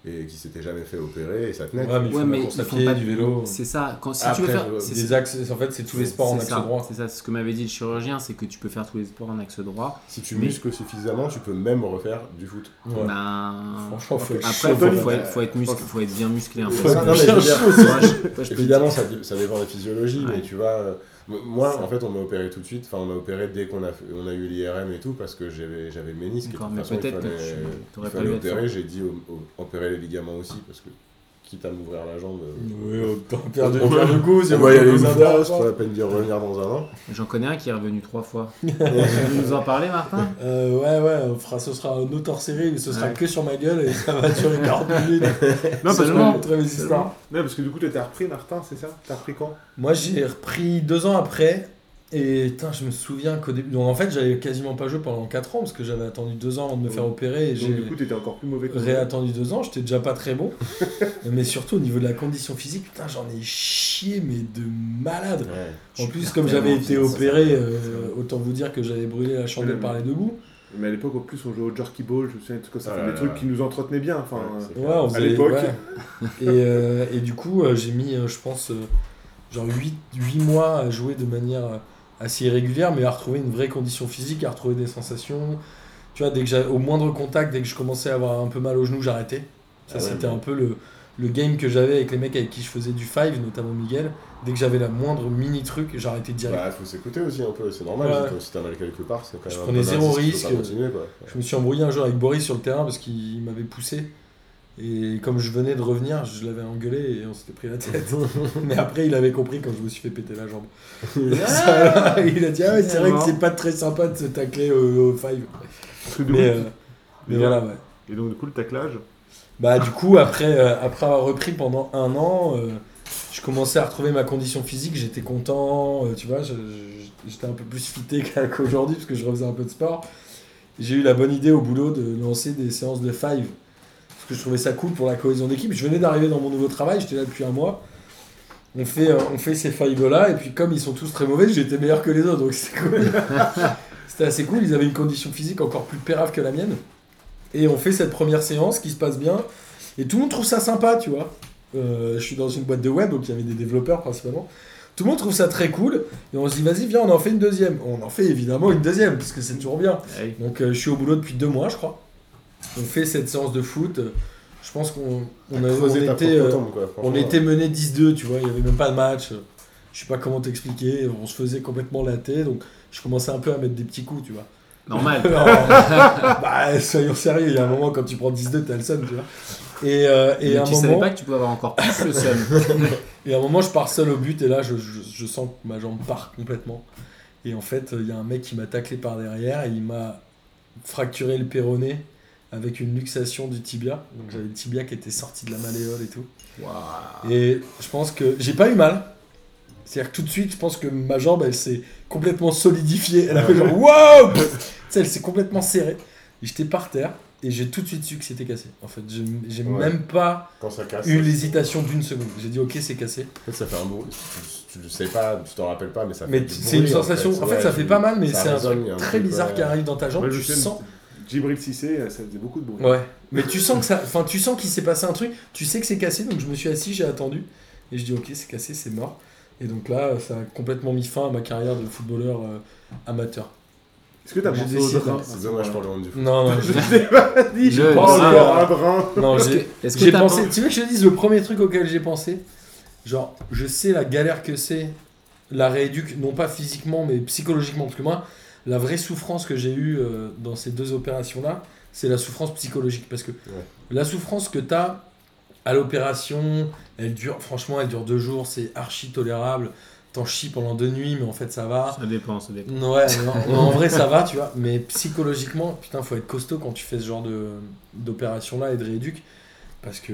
et qui s'étaient jamais fait opérer, et ça tenait.
Ouais, mais ils
Ouais,
font de
mais
la course
ils
à
font
pied,
pas
du vélo. euh,
C'est ça. Quand si tu
Après,
veux faire,
je-
c'est-
Des axes, en fait, c'est tous les sports en
c'est
axe
ça,
droit.
C'est ça. c'est Ce que m'avait dit le chirurgien, c'est que tu peux faire tous les sports en axe droit.
Si tu
Mais-
muscles suffisamment, tu peux même refaire du foot.
Ouais.
Ben,
Franchement, faut être chaud.
après, faut,
pour
faut
faire-
être, faut être musclé- faut être bien musclé. Un peu.
Ça, non, mais
bien
je veux dire,
Moi, je- moi, je peux
Évidemment, ça, dé- ça dépend des physiologies,
Ouais.
mais tu vois, euh, Moi, en fait, on m'a opéré tout de suite. Enfin, on m'a opéré dès qu'on a, fait- on a eu l'IRM et tout, parce que j'avais j'avais le ménisque.
D'accord,
et de
mais
toute façon, il
peut-être que
fallait-
tu-
il
t'aurais pas
fallait
dû être
opérer.
sûr.
J'ai dit au- au- opérer les ligaments aussi, parce que quitte à m'ouvrir la jambe. euh,
Oui, autant perdre
On
de goût, c'est
on va y aller une
moins
fois, c'est
intéressant.
pas la peine d'y revenir dans un an.
J'en connais un qui est revenu trois fois. tu veux nous en parler, Martin
Euh, ouais, ouais, on fera, ce sera un autre hors série, mais ce sera
Ouais.
que sur ma gueule et ça va durer 40 minutes.
Non, parce
Je
que-
vais montrer mes histoires.
Non, parce que du coup, toi, t'as repris, Martin, c'est ça T'as repris quand
Moi, j'ai repris deux ans après. Et putain, je me souviens qu'au début. Donc, en fait, j'avais quasiment pas joué pendant 4 ans parce que j'avais attendu 2 ans avant de me faire opérer. Et
Donc, du
j'ai
coup, t'étais encore plus mauvais que moi.
réattendu 2 ans, j'étais déjà pas très bon. mais surtout, au niveau de la condition physique, putain, j'en ai chié, mais de malade. En
Tu
plus,
perds
comme j'avais
tellement
été
vite, ça,
opéré,
ça.
euh, autant vous dire que j'avais brûlé la chandelle
Oui,
par les deux bouts.
Mais à l'époque, en plus, on jouait au Jerky Ball, je me souviens, des trucs comme ça.
Ah
Enfin, des
là là
trucs
là.
qui nous entretenaient bien. Enfin,
Ouais,
euh,
c'est
Ouais,
clair.
on faisait-
l'époque.
ouais. Et, euh, et du coup, euh, j'ai mis, euh, je pense, euh, genre 8, mois à jouer de manière euh, assez irrégulière, mais à retrouver une vraie condition physique, à retrouver des sensations. Tu vois, dès que j'avais- au moindre contact, dès que je commençais à avoir un peu mal au genou, j'arrêtais. Ça,
Ah ouais,
c'était
mais-
un peu le, le game que j'avais avec les mecs avec qui je faisais du five, notamment Miguel. Dès que j'avais la moindre mini truc, j'arrêtais direct.
Bah, faut s'écouter aussi un peu, c'est normal.
Ouais.
si t'as- Si t'as mal quelque part, c'est quand même.
Je
un
prenais
bon
zéro
indice que tu peux
risque. Euh,
pas continuer, quoi.
Je me suis embrouillé un jour avec Boris sur le terrain parce qu'il m'avait poussé. Et comme je venais de revenir, je l'avais engueulé et on s'était pris la tête. Mais après, il avait compris quand je me suis fait péter la jambe. Ça, il a dit Ah ouais, c'est vrai que c'est pas très sympa de se tacler au, au five.
parce que du
Mais,
coup,
euh, mais voilà, ouais.
Et donc, du coup, le taclage.
Bah, du coup, après, euh, après avoir repris pendant un an, euh, je commençais à retrouver ma condition physique. J'étais content, euh, tu vois, je- je- j'étais un peu plus fité qu'à- qu'aujourd'hui parce que je refaisais un peu de sport. J'ai eu la bonne idée au boulot de lancer des séances de five parce que je trouvais ça cool pour la cohésion d'équipe. Je venais d'arriver dans mon nouveau travail, j'étais là depuis un mois. On fait, euh, on fait ces five là et puis comme ils sont tous très mauvais, j'étais meilleur que les autres donc c'était cool. c'était assez cool, ils avaient une condition physique encore plus pérave que la mienne. Et on fait cette première séance qui se passe bien. Et tout le monde trouve ça sympa, tu vois. Euh, je suis dans une boîte de web, donc il y avait des développeurs principalement. Tout le monde trouve ça très cool. Et on se dit, vas-y, viens, on en fait une deuxième. On en fait évidemment une deuxième, parce que c'est toujours bien.
Allez.
Donc euh, je suis au boulot depuis deux mois, je crois. On fait cette séance de foot. Je pense qu'on on avait-
Creuser
on
ta
était,
propre
euh,
tombe, quoi, franchement.
on était mené 10-2, tu vois. Il n'y avait même pas de match. Je sais pas comment t'expliquer. On se faisait complètement laté. Donc je commençais un peu à mettre des petits coups, tu vois.
Normal.
Non. bah, soyons sérieux, il y a un moment quand tu prends 10-2, t'as le seum, tu vois. Et, euh, et,
Mais
à un
tu savais
moment,
pas que tu pouvais avoir encore plus le seum.
et à un moment, je pars seul au but et là, je, je- je sens que ma jambe part complètement. Et en fait, il y a un mec qui m'a taclé par derrière et il m'a fracturé le péroné avec une luxation du tibia. Donc j'avais le tibia qui était sorti de la malléole et tout. Et je pense que j'ai pas eu mal. C'est-à-dire que tout de suite, je pense que ma jambe, elle s'est complètement solidifiée. Elle a fait genre waouh Pff Tu sais, elle s'est complètement serrée. Et J'étais par terre et j'ai tout de suite su que c'était cassé. En fait, j'ai j'ai
Ouais.
même pas
Quand ça casse.
eu l'hésitation d'une seconde. J'ai dit ok, c'est cassé.
En fait, ça fait un bruit. Tu, tu le sais pas, tu t'en rappelles pas, mais ça fait.
Mais
du
c'est une
bruit, en
sensation. En fait,
Ouais,
ça
tu-
fait pas mal, mais
ça
c'est un
résonne,
truc
il y a un
très
truc, euh,
bizarre
ouais.
qui arrive dans ta jambe.
Moi,
tu
je sais,
sens.
Djibril Cissé, euh, ça faisait beaucoup de bruit.
Ouais. Mais tu sens que ça. Enfin, tu sens qu'il s'est passé un truc. Tu sais que c'est cassé, donc je me suis assis, j'ai attendu et je dis ok, c'est cassé, c'est mort. Et donc là, ça a complètement mis fin à ma carrière de footballeur euh, amateur.
Est-ce que t'as
J'ai
pensé
décidé.
au drain
C'est dommage pour le monde du foot.
Non, non,
Je
j'ai-
sais pas dit,
Je
je pense
sais
encore
pas.
un brin.
non,
Est-ce
j'ai.
que- Est-ce que
J'ai
t'as
pensé.
pensé
Tu veux que je te dise le premier truc auquel j'ai pensé Genre, je sais la galère que c'est la rééduque, non pas physiquement, mais psychologiquement. Parce que moi, la vraie souffrance que j'ai eue euh, dans ces deux opérations-là, c'est la souffrance psychologique. Parce que la souffrance que tu as à l'opération, elle dure, franchement, elle dure deux jours, c'est archi tolérable. T'en chies pendant deux nuits, mais en fait, ça va.
Ça dépend, ça dépend.
Ouais, non, en vrai ça va, tu vois, mais psychologiquement, putain, faut être costaud quand tu fais ce genre de d'opération là et de rééduque parce que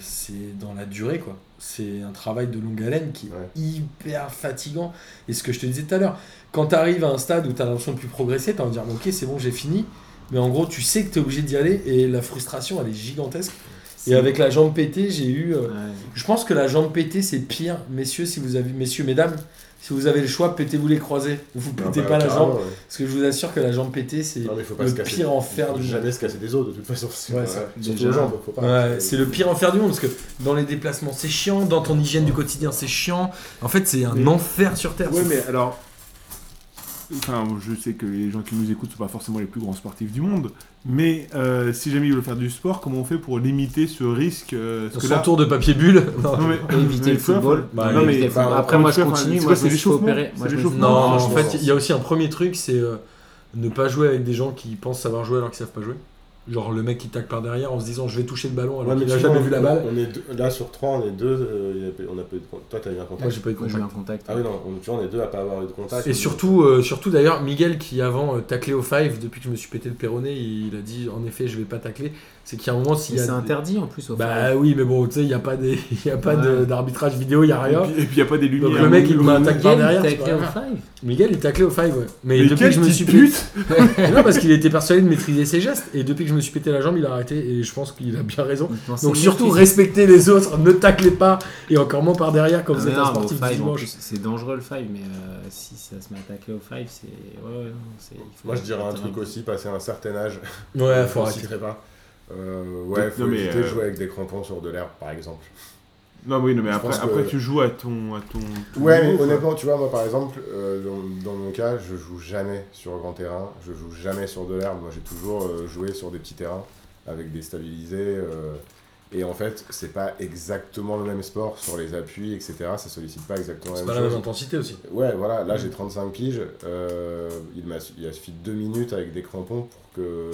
c'est dans la durée quoi. C'est un travail de longue haleine qui est
Ouais.
hyper fatigant. Et ce que je te disais tout à l'heure, quand tu arrives à un stade où tu as l'impression de plus progresser, tu vas dire OK, c'est bon, j'ai fini, mais en gros, tu sais que tu es obligé d'y aller et la frustration elle est gigantesque. Et avec la jambe pétée, j'ai eu euh,
Ouais.
je pense que la jambe pétée, c'est pire, messieurs, si vous avez, messieurs, mesdames, si vous avez le choix, pétez-vous les croisés. Vous
Ah,
pétez
bah,
pas la
carrément,
jambe,
ouais.
parce que je vous assure que la jambe pétée, c'est
Non, mais faut pas
le
se casser.
pire enfer
Faut
du monde.
Jamais se casser des os, de toute façon. c'est
Ouais,
pas-
ça,
Surtout
déjà.
aux jambes, faut pas.
Ouais, c'est le pire enfer du monde parce que dans les déplacements c'est chiant, dans ton hygiène du quotidien c'est chiant. En fait, c'est un
Mais-
enfer sur terre.
Ouais, mais alors,
Enfin, je sais que les gens qui nous écoutent ne sont pas forcément les plus grands sportifs du monde, mais euh, si jamais ils veulent faire du sport, comment on fait pour limiter ce risque euh, parce que
Son
là-
tour de papier bulle. Non.
Non, mais- mais
Éviter le
tu vois,
football.
enfin,
Bah,
non, mais,
éviter le football.
enfin,
Après, moi,
tu
je
vois, enfin,
continue.
c'est
Moi,
quoi,
je
c'est
me suis fait
l'échauffement
opérer.
C'est
Moi, je me-
l'échauffement.
Non,
Non,
en
je
fait,
pense.
il y a aussi un premier truc, c'est euh, ne pas jouer avec des gens qui pensent savoir jouer alors qu'ils savent pas jouer. Genre le mec qui tacle par derrière en se disant je vais toucher le ballon alors
Ouais, mais
qu'il a
tu
jamais
vois,
vu la
on-
balle.
On est deux- là sur trois, on est deux. euh, il y a- on a pas eu de con- Toi, t'as eu un
Moi
contact.
j'ai pas eu de
Moi, j'ai eu
contact.
un contact.
Ah oui, non, on, tu vois, on est deux à pas avoir eu de contact.
Et
Donc,
surtout, euh, surtout d'ailleurs, Miguel qui avant euh, taclait au five depuis que je me suis pété le péroné, il, il a dit en effet je vais pas tacler. C'est qu'il y a un moment s'il
Mais
y a.
c'est
des-
interdit en plus. au
Bah
final.
oui, mais bon, tu sais, il n'y a pas des- il y a pas de-
Ouais.
d'arbitrage vidéo, il n'y a rien.
Et puis il n'y a pas des lumières.
Donc le mec il m'a attaqué par
Game,
derrière.
t'as
tu
écrit
vois.
au five.
Miguel il taclait au five, ouais. Mais,
Mais
depuis
quelle
que je me suis
petite
pété-
pute
Mais non, parce qu'il était persuadé de maîtriser ses gestes. Et depuis que je me suis pété la jambe, il a arrêté. Et je pense qu'il a bien raison.
Il pensait
Donc
mieux
surtout,
qu'il-
respectez les autres, ne taclez pas. Et encore moins par derrière quand
Ah,
vous
mais
êtes
non,
un
mais au
sportif du
five, en
dimanche.
plus, C'est dangereux le five, mais euh, si ça se met à tacler au five, c'est. Ouais, ouais, non, c'est- il faut-
Moi, je dirais un
faut-
truc aussi, passer un certain âge.
euh, Ouais, faut
Je
arrêter.
citerai pas. Euh, ouais, faut
Non, mais,
éviter
euh,
de jouer avec des crampons sur de l'herbe, par exemple.
Non, oui, non, mais
Je
après,
pense que-
après tu joues à ton. À ton ton
Ouais, mais
niveau, quoi.
honnêtement, tu vois, moi par exemple, euh, dans, dans mon cas, je joue jamais sur grand terrain, je joue jamais sur de l'herbe. Moi, j'ai toujours euh, joué sur des petits terrains avec des stabilisés. euh, et en fait, c'est pas exactement le même sport sur les appuis, etc. Ça sollicite pas exactement la
C'est
même
pas la
chose.
même intensité aussi.
Ouais, voilà, là j'ai 35 piges. euh, il m'a il a suffi de deux minutes avec des crampons pour que.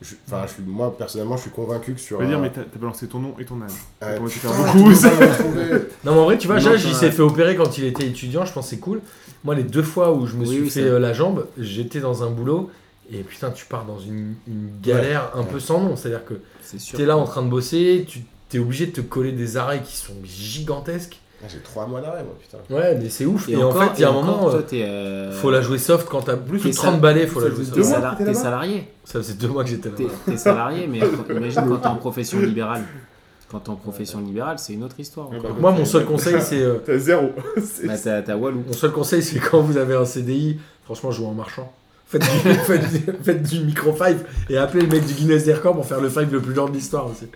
je- Enfin, je suis, moi personnellement, je suis convaincu que sur.
Je veux dire,
un-
mais t'as t'as balancé ton nom et ton âge.
Ah,
T'as commencé à
putain,
faire
tout
beaucoup.
le
ça.
monde va le trouver.
Non, mais en vrai, tu vois,
Non,
Jage,
ça
il
va.
s'est fait opérer quand il était étudiant. Je pense que c'est cool. Moi, les deux fois où je me
Oui,
suis
oui,
fait
ça-
euh, la jambe, j'étais dans un boulot. Et putain, tu pars dans une, une galère un peu sans nom. C'est-à-dire que
C'est sûr.
t'es là en train de bosser, tu t'es obligé de te coller des arrêts qui sont gigantesques.
Ah, J'ai trois mois d'arrêt, moi, putain.
Ouais, mais c'est ouf. Et,
Et, encore,
en fait, il y a un moment,
toi, t'es, euh,
euh, faut la jouer soft quand t'as plus
t'es
de 30
sal-
balais, faut la
ça
jouer
faisait
T'es
deux
soft.
mois.
sala-
que t'es
t'es
là-bas
salarié.
Ça faisait deux mois que j'étais là.
T'es t'es salarié, mais quand- imagine quand t'es en profession libérale. Quand t'es en profession libérale, c'est une autre histoire.
Ouais,
encore.
bah,
Moi, mon seul conseil, c'est euh,
T'as zéro. C'est-
Bah, t'as t'as Walou.
mon seul conseil, c'est quand vous avez un CDI, franchement, jouez en marchant. Faites du, faites du- faites du micro five et appelez le mec du Guinness des records pour faire le five le plus lent de l'histoire aussi.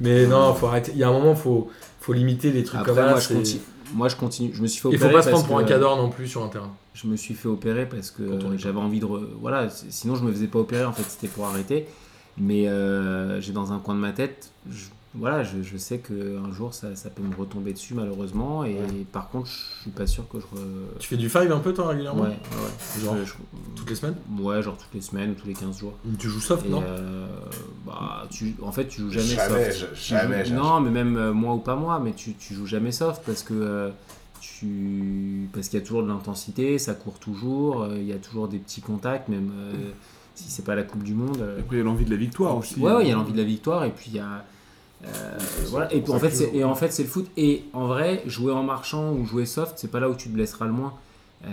Mais non, faut arrêter. Il y a un moment, faut faut limiter les trucs
Après,
comme ça.
moi, je
c'est-
continue. moi, je continue. Je me suis fait
Il
opérer.
faut pas se
parce
prendre pour un
que- euh,
cador non plus sur un terrain.
Je me suis fait opérer parce que
Quand on est pas-
j'avais envie de. re- Voilà, c- sinon je me faisais pas opérer en fait, c'était pour arrêter. Mais euh, j'ai dans un coin de ma tête, je- voilà, je, je sais qu'un jour ça, ça peut me retomber dessus malheureusement. Et
Ouais.
par contre, je suis pas sûr que je. re-
Tu fais du five un peu toi régulièrement
Ouais, ouais, ouais.
Genre,
Je-
toutes les semaines
je- ouais, genre toutes les semaines ou tous les 15 jours.
Tu joues soft
Et
non
euh, bah, tu, en fait, tu joues jamais,
Jamais,
soft.
je-
Tu
jamais,
joues-
jamais.
Non, mais même euh, moi ou pas moi, mais tu, tu joues jamais soft parce que euh, tu parce qu'il y a toujours de l'intensité, ça court toujours, euh, il y a toujours des petits contacts, même euh, si c'est pas la Coupe du Monde. euh,
Après, il y a l'envie de la victoire
et
aussi. hein.
puis- Ouais, ouais, il y a l'envie de la victoire et puis il y a euh, voilà. Et puis, en fait, c'est et en fait c'est le foot. Et en vrai, jouer en marchant ou jouer soft, c'est pas là où tu te blesseras le moins. Euh,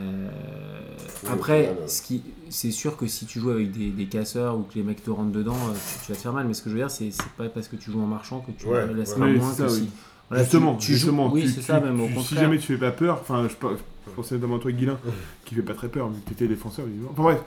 Oui, au
après,
final, euh.
ce qui, c'est sûr que si tu joues avec des, des casseurs ou que les mecs te rentrent dedans, euh, tu, tu vas te faire mal. Mais ce que je veux dire, c'est, c'est pas parce que tu joues en marchant que tu
Ouais,
te blesseras
ouais. Oui,
moins
c'est
que
ça,
si-
oui.
Voilà, tu-
justement,
tu, joues-
justement,
oui,
tu-
c'est
tu-
ça même. Au
tu- si
contraire.
jamais tu fais pas peur, enfin, je, pense- je pensais notamment à toi, Guilin, qui fait pas très peur, vu que t'étais défenseur, visiblement. Enfin, bref.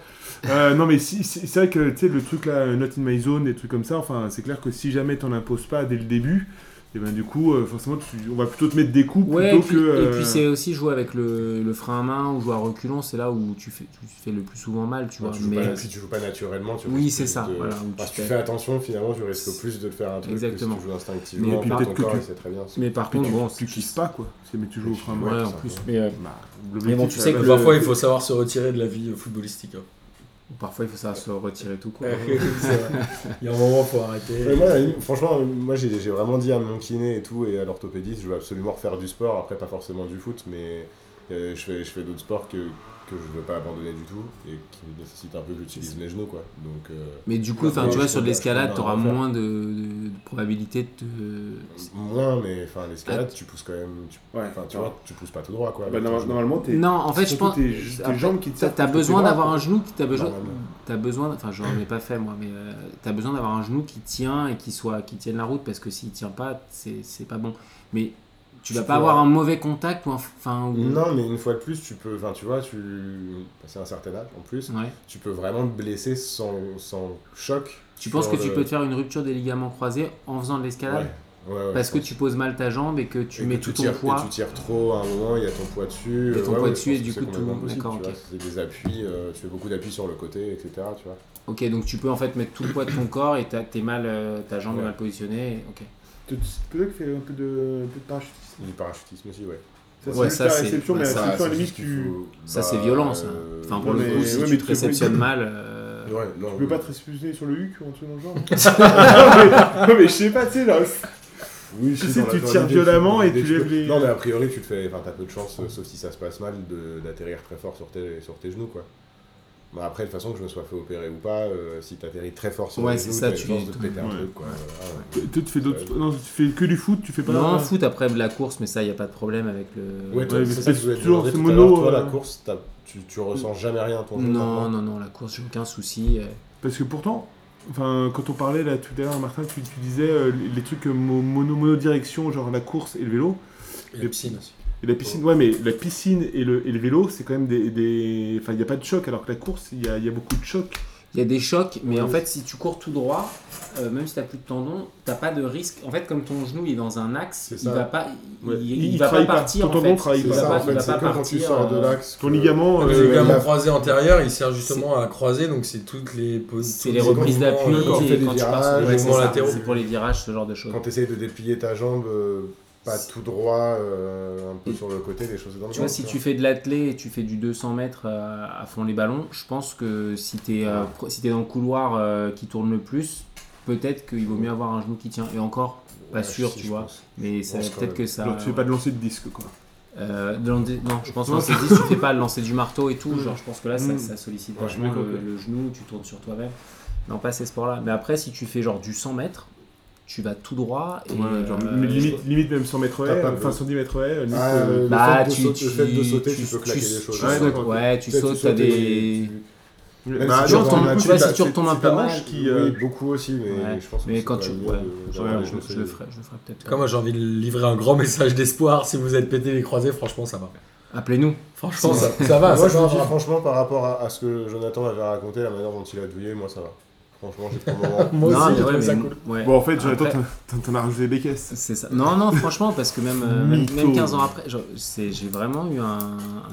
Euh, non, mais si, si- c'est vrai que, tu sais, le truc là, not in my zone, des trucs comme ça, enfin, c'est clair que si jamais t'en imposes pas dès le début, et ben du coup, euh, forcément, tu- on va plutôt te mettre des coups
Ouais, et
plutôt
puis,
que.
et
euh,
puis c'est aussi jouer avec le, le frein à main ou jouer à reculons, c'est là où tu fais, tu fais le plus souvent mal, tu vois.
tu joues
mais
pas, si tu joues pas naturellement, tu
Oui,
risques
c'est ça,
de-
voilà, où
parce que
tu
tu
fais-
fais attention, finalement, tu risques plus de le faire un truc
Exactement.
que si tu joues instinctivement.
Mais puis
par
peut-être
ton
que
corps,
tu-
et c'est très bien.
mais par
puis
contre,
tu,
bon,
tu kisses pas, quoi. C'est- Mais tu joues au frein à main.
Ouais, en
ça,
plus.
quoi.
Mais, euh,
Bah,
Mais bon, tu
ça
sais
va
que
être-
Parfois, il faut savoir se retirer de la vie footballistique. hein.
Parfois, il faut ça se retirer tout court. hein.
C'est vrai. Il y a un moment, faut arrêter.
Ouais, moi, la- franchement, moi j'ai j'ai vraiment dit à mon kiné et tout et à l'orthopédiste, je veux absolument refaire du sport, après pas forcément du foot, mais euh, je fais, je fais d'autres sports que, que je veux pas abandonner du tout et qui nécessitent un peu que j'utilise mes genoux quoi. Donc euh,
Mais du coup, enfin,
Ouais,
tu vois,
je
sur de
peux-
l'escalade,
je peux
tu auras
pas en faire.
moins de, de- de probabilité de te-
moins, mais enfin
Ah.
l'escalade, tu pousses quand même, tu,
Ouais,
enfin, tu vois, tu pousses pas tout droit quoi.
Bah,
avec
norma-
ton genou.
normalement, t'es.
Non, en fait, je
surtout
pense.
tes- tes
après,
jambes qui te
T'as
servent
t'as
pour tes
besoin
bras,
d'avoir
quoi.
un genou qui. T'as besoin.
Normalement.
T'as besoin. Enfin, j'en ai pas fait moi, mais euh, t'as besoin d'avoir un genou qui tient et qui soit, qui tienne la route parce que s'il tient pas, c'est c'est pas bon. Mais tu vas
Tu
pas
peux-
avoir un mauvais contact ou un. Enfin, ou-
Non, mais une fois de plus, tu peux, enfin tu vois, tu passer un certain âge en plus,
Ouais.
tu peux vraiment te blesser sans, sans choc.
Tu penses que
sur
tu
le-
peux te faire une rupture des ligaments croisés en faisant de l'escalade
Ouais. Ouais, ouais,
Ah Parce
je
que
pense.
tu poses mal ta jambe et que tu
Et que
mets tout ton
tires,
poids.
Et tu tires trop à un moment, il y a ton poids dessus.
Il y a
euh,
ton
ouais,
poids
ouais,
dessus
je
et
pense
du
que
coup,
c'est
tout le monde-
complètement
d'accord,
possible, tu vois, C'est des appuis, euh, tu fais beaucoup d'appuis sur le côté, etc. Tu vois.
Ok, donc tu peux en fait mettre tout le poids de ton corps et t'as- t'es mal, euh, ta jambe est
Ouais.
mal positionnée. et- Ok.
Tu- tu- Peut-être qu'il fait un peu de, un peu de parachutisme.
Du parachutisme aussi, ouais.
Ça,
Ouais,
c'est juste
ça,
la
c'est-
réception,
ouais,
mais
ça,
à la réception, à la
c'est
limite,
juste qu'il
tu
faut-
Ça,
bah,
c'est violent, ça.
euh,
Enfin,
ouais,
pour le
mais-
coup, si
ouais,
tu
mais
te
tu peux-
réceptionnes mal. euh,
Ouais, non.
tu peux
mais-
pas te réceptionner sur le huc ou un truc dans le genre. non, mais, non, mais je sais pas, tu sais, là.
Oui,
Tu
si,
sais,
dans la-
tu
dans
tires
l'idée,
violemment
dans l'idée,
et tu
peux-
lèves les-
Non, mais a priori, tu te fais. Enfin, t'as peu de chance, euh, sauf si ça se passe mal, de- d'atterrir très fort sur tes, sur tes genoux, quoi. Bah, après, de toute façon, que je me sois fait opérer ou pas, euh, si t'atterris très fort sur
Ouais,
les
c'est
genoux,
ça,
t'as une
tu-
chance de te péter un
ouais.
truc, quoi. Voilà, ouais.
Tu tu fais d'autres. Non, tu fais que du foot, tu fais pas.
Non, foot après de la course, mais ça, y a pas de problème avec le.
Ouais, toi,
Ouais, mais c'est
c'est ça que je voulais te
toujours
demander
ce
tout à l'heure.
mono,
Toi, la
euh,
course, t'as- tu, tu ressens jamais rien à ton genou,
Non,
par
non, non, la course, j'ai aucun souci. euh.
Parce que pourtant, enfin, quand on parlait là tout à l'heure, Martin, tu, tu disais euh, les- les trucs mo- mono, monodirection, genre la course et le vélo.
Et la piscine aussi.
Et la piscine, ouais, mais la piscine et le, et le vélo, c'est quand même des. des- Enfin, il n'y a pas de choc, alors que la course, il y a, il y a beaucoup de choc.
Il y a des chocs, mais
Ouais.
en fait, si tu cours tout droit, euh, même si t'as plus de tendon, t'as pas de risque. En fait, comme ton genou il est dans un axe,
C'est
il
ça.
va pas, il,
Ouais.
il-
Il
il va pas
travaille pas.
partir.
Ton
en
tendon
fait.
contre.
travaille
Il
C'est
pas.
va
ça,
pas-
en
il
fait,
va
c'est
pas
comme quand tu
partir,
sors de
euh,
l'axe.
Ton
que-
ah,
ligament.
Le
euh,
ligament
la-
croisé antérieur, il sert justement à croiser, donc c'est toutes les euh,
C'est
positions.
les
C'est quand
reprises
tu-
d'appui,
quand on fait
et
des
quand tu pars sur
virages,
ouais,
les
c'est
mouvements
ça,
latéraux.
c'est pour les virages, ce genre de choses.
Quand tu essayes de déplier ta jambe, euh, pas tout droit, euh, un peu sur le côté, des choses dans le
Tu vois,
genre,
si tu fais de l'athlé et tu fais du 200 mètres euh, à fond les ballons, je pense que si t'es euh, pro- si t'es dans le couloir euh, qui tourne le plus, peut-être qu'il vaut mieux avoir un genou qui tient. Et encore, pas
Ouais,
sûr,
si,
tu
je
vois.
pense.
mais ça-
pense quand
peut-être
même.
que ça.
Genre, tu fais pas de lancer de disque, quoi.
Euh, de lancer- non, je pense que lancer 10, tu fais pas le lancer du marteau et tout.
Mm.
Genre, je pense que là, ça,
Mm.
ça sollicite
Ouais, je
vachement
me
le,
comprends.
le genou, tu tournes sur toi-même. Non, pas ces sports-là. Mais après, si tu fais genre du 100 mètres, tu vas tout droit. Et,
Ouais, genre,
euh,
mais limite, limite même 100 mètres
T'as
haies,
pas
enfin
de-
110 mètres haies. limite,
Ah,
euh,
le
bah,
fait de
tu,
sauter- le fait de
tu-
sauter,
tu-
tu peux claquer
tu-
des choses.
tu
Ouais,
sautes,
d'accord, ok.
ouais, tu
Tu sais,
sautes, t'as des.
même
Bah,
si
tu
dans
retombes-
un
tu
match,
vois,
t'as-
si tu
c'est-
retombes
c'est
un peu
ta hanche
mal,
qui, euh,
Oui, beaucoup aussi, mais
Ouais.
je pense que
Mais
c'est
quand
pas
tu-
mieux
ouais.
de-
Ouais,
d'avoir un
je,
genou
je
solide.
le ferai, je le ferai peut-être.
En tout cas, moi j'ai envie de livrer un grand message d'espoir. Si vous êtes pété les croisés, franchement, ça va.
Appelez-nous.
Franchement,
C'est
ça, ça va.
Moi,
ça
je
va,
vous dis
vraiment.
franchement, par rapport à, à ce que Jonathan avait raconté, la manière dont il a douillé, moi ça va. Franchement, j'ai pas le moment.
Moi
Non,
aussi,
mais
j'ai
ouais,
trouvé ça
mais-
cool.
ouais.
Bon, en fait, Jonathan,
Après-
t'en- t'en as rajouté des caisses.
C'est ça. Non, non, franchement, parce que même, euh, même,
Mytho.
même 15 ans après, genre, c'est- j'ai vraiment eu un,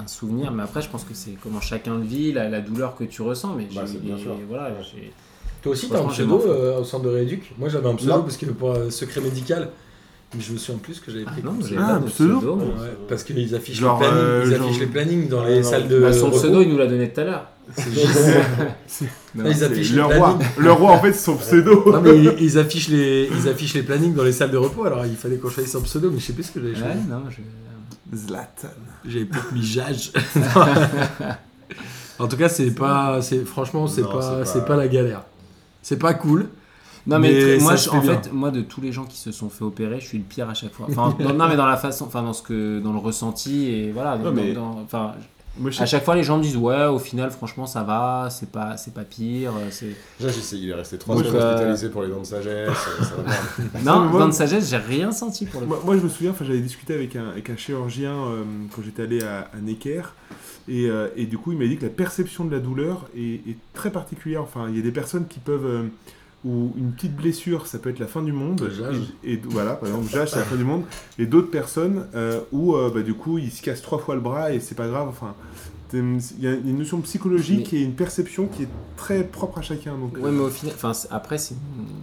un souvenir, mais après, je pense que c'est comment chacun le vit, la, la douleur que tu ressens, mais j'ai
Bah, c'est bien
et
sûr.
voilà,
Ouais.
j'ai-
Toi aussi, t'as un
Franchement, j'ai
pseudo
marre.
euh, au centre de rééduc Moi, j'avais un pseudo
Non.
parce que pour euh, secret médical, mais je me souviens plus que j'avais
Ah,
pris.
non,
comme
j'ai
pseudo.
pas de
un pseudo
pseudo. moi.
Ouais, parce qu'ils affichent,
Genre,
les, plannings, ils
euh,
affichent
genre-
les plannings dans les
Ah, non.
salles de.
Bah, son
repos.
pseudo, il nous l'a donné tout à l'heure.
C'est juste- Non, ils affichent
le
les
roi.
plannings.
Le roi, en fait, c'est son pseudo.
Non, mais ils, ils affichent les, ils affichent les plannings dans les salles de repos, alors il fallait qu'on choisisse un pseudo, mais je sais plus ce que j'avais choisi.
Ouais, non, je-
Zlatan.
J'avais peut-être mis Jage. en tout cas, c'est pas, c'est franchement, c'est
Non,
pas,
c'est
c'est
pas-
pas la galère. C'est pas cool.
Non, mais,
Mais
très-
ça
moi,
se
je-
fait
en
bien.
fait, moi, de tous les gens qui se sont fait opérer, je suis le pire à chaque fois. Enfin, non, non, mais dans la façon, enfin, dans ce que, dans le ressenti et voilà.
Non,
dans-
mais-
dans- enfin,
Moi, je
à
sais-
chaque fois, les gens me disent ouais, au final, franchement, ça va, c'est pas, c'est pas pire, euh, c'est.
Déjà, j'ai essayé, il est resté 3
Donc,
semaines
euh,
hospitalisé pour les dents de sagesse. euh, ça va.
Non,
Non,
mais moi-
dans de sagesse, j'ai rien senti pour le coup.
Moi, moi, je me souviens, enfin, j'avais discuté avec un, avec un chirurgien euh, quand j'étais allé à, à Necker. Et, euh, et du coup, il m'a dit que la perception de la douleur est, est très particulière. Enfin, il y a des personnes qui peuvent. euh, où une petite blessure, ça peut être la fin du monde.
Jage.
Et, et- voilà, par exemple, Jage, c'est la fin du monde. Et d'autres personnes euh, où, euh, bah, du coup, ils se cassent trois fois le bras et c'est pas grave. Enfin, t'es- il y a une notion psychologique et une perception qui est très propre à chacun. Donc,
Ouais, mais au final, enfin, c'est- après, c'est,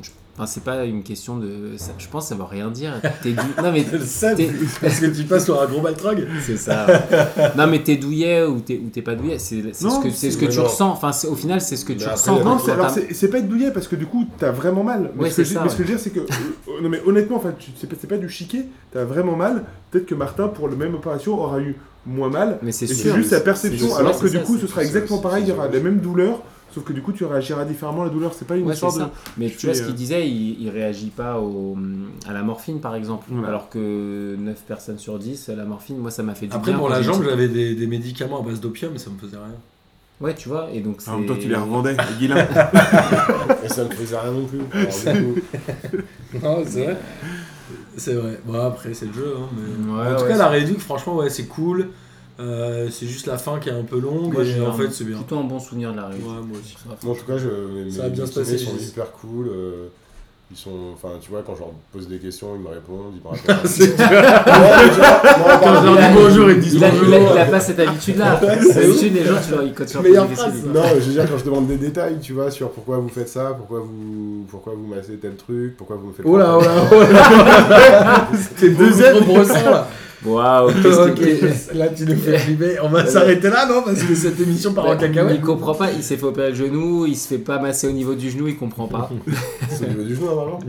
je- enfin, c'est pas une question de. ça- je pense que ça veut rien dire. T'es dou- Non, mais
Je le sais,
t'es-
parce que tu passes sur un gros baltrog.
c'est ça. ouais. Non, mais t'es douillet ou t'es, ou t'es pas douillet. C'est, c'est
Non,
ce que, c'est ce que
mais
tu
non.
ressens. Enfin, c'est, au final, c'est ce que tu
après,
ressens.
il y a
Non,
Ouais,
c'est-
Quand
alors
t'as-
c'est c'est pas être douillet parce que du coup t'as vraiment mal. Mais,
Ouais,
ce, que
c'est
j'ai-
ça,
mais ce que je veux dire c'est que euh, non mais honnêtement enfin tu- c'est pas, c'est pas du chiquet, t'as vraiment mal. Peut-être que Martin pour la même opération aura eu moins mal.
Mais c'est
Et
sûr.
c'est juste
mais
sa
c'est-
perception.
c'est-
alors
ouais,
que
c'est
du
ça,
coup
c'est-
ce sera
c'est-
exactement
c'est-
pareil, il y
c'est-
aura la même douleur, sauf que du coup tu réagiras différemment à la douleur. C'est pas une
Ouais, c'est
histoire de.
ça. Mais
je
tu vois
fais,
ce qu'il
euh,
disait, il, il réagit pas au, à la morphine par exemple.
Voilà.
Alors que 9 personnes sur 10, la morphine, moi ça m'a fait du
Après,
bien
pour
quand
la
j'étais
jambe,
petit.
j'avais des, des médicaments à base d'opium, ça me faisait rien.
Ouais, tu vois, et donc
Ah,
c'est.
En même temps tu les revendais, Guilin.
Et ça me faisait rien non plus. Alors, du coup,
Non, c'est vrai. C'est vrai. Bon, après, c'est le jeu. hein, mais-
Ouais,
en tout
ouais,
cas,
c'est-
la rééduc, franchement, ouais, c'est cool. Euh, c'est juste la fin qui est un peu longue.
Moi,
et
j'ai
euh, en
un-
fait, c'est bien.
plutôt un bon souvenir de la réunion.
Ouais, moi aussi.
Bon, en tout cas, je, mes,
Ça a
mes
bien
petits
se passé,
mets sont
Jésus.
hyper cool. euh, Ils sont, enfin, tu vois, quand je leur pose des questions, ils me répondent, ils me racontent.
C'est
Quand
dit bonjour, ils disent
Il a, il a-
bonjour.
il a pas cette habitude-là. D'habitude, les gens, tu leur ils codent sur
Meilleure
les questions,
phrase.
ils-
Non, je veux dire, quand je demande des détails, tu vois, sur pourquoi vous faites ça, pourquoi vous, pourquoi vous massez tel truc, pourquoi vous me faites
Oh là,
ça.
oh là, oh là. T'es
deuxième.
trop brossant là.
Waouh,
Ok,
qu'est-ce que.
là tu nous fais flipper. On va s'arrêter là, non Parce que cette émission part en
Il
cacahuète.
comprend pas, il s'est fait opérer le genou, il se fait pas masser au niveau du genou, il comprend pas.
C'est au niveau du genou, normalement.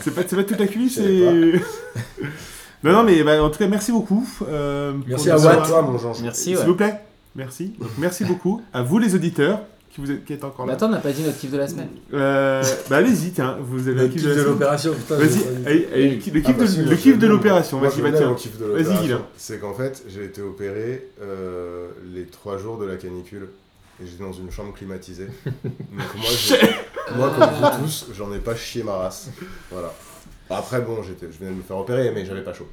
C'est pas, c'est pas toute la cuisse,
Je savais
c'est. non, non, mais bah, en tout cas, merci beaucoup. euh,
Merci
pour
à
le
Watt.
soir.
Ah, toi, mon Jean.
Merci,
S'il
ouais.
vous plaît, merci. Donc, merci beaucoup à vous, les auditeurs, qui, vous êtes, qui êtes encore
Mais
là.
attends, on n'a pas dit notre kiff de la semaine.
Euh, bah, allez-y, tiens, vous avez
Le
le kiff
kiff
de la
de
semaine.
l'opération, putain.
Vas-y,
j'ai-
allez, allez, le
Ah,
kiff- le
bah,
kiff de- le kiff de l'opération. Vas-y, Mathieu. Vas-y,
Vas-y,
Guilain.
C'est qu'en fait, j'ai été opéré euh, les trois jours de la canicule. Et j'étais dans une chambre climatisée. Donc moi, j'ai- moi, comme vous tous, j'en ai pas chié ma race. Voilà. Après, bon, j'étais, je venais de me faire opérer, mais j'avais pas chaud.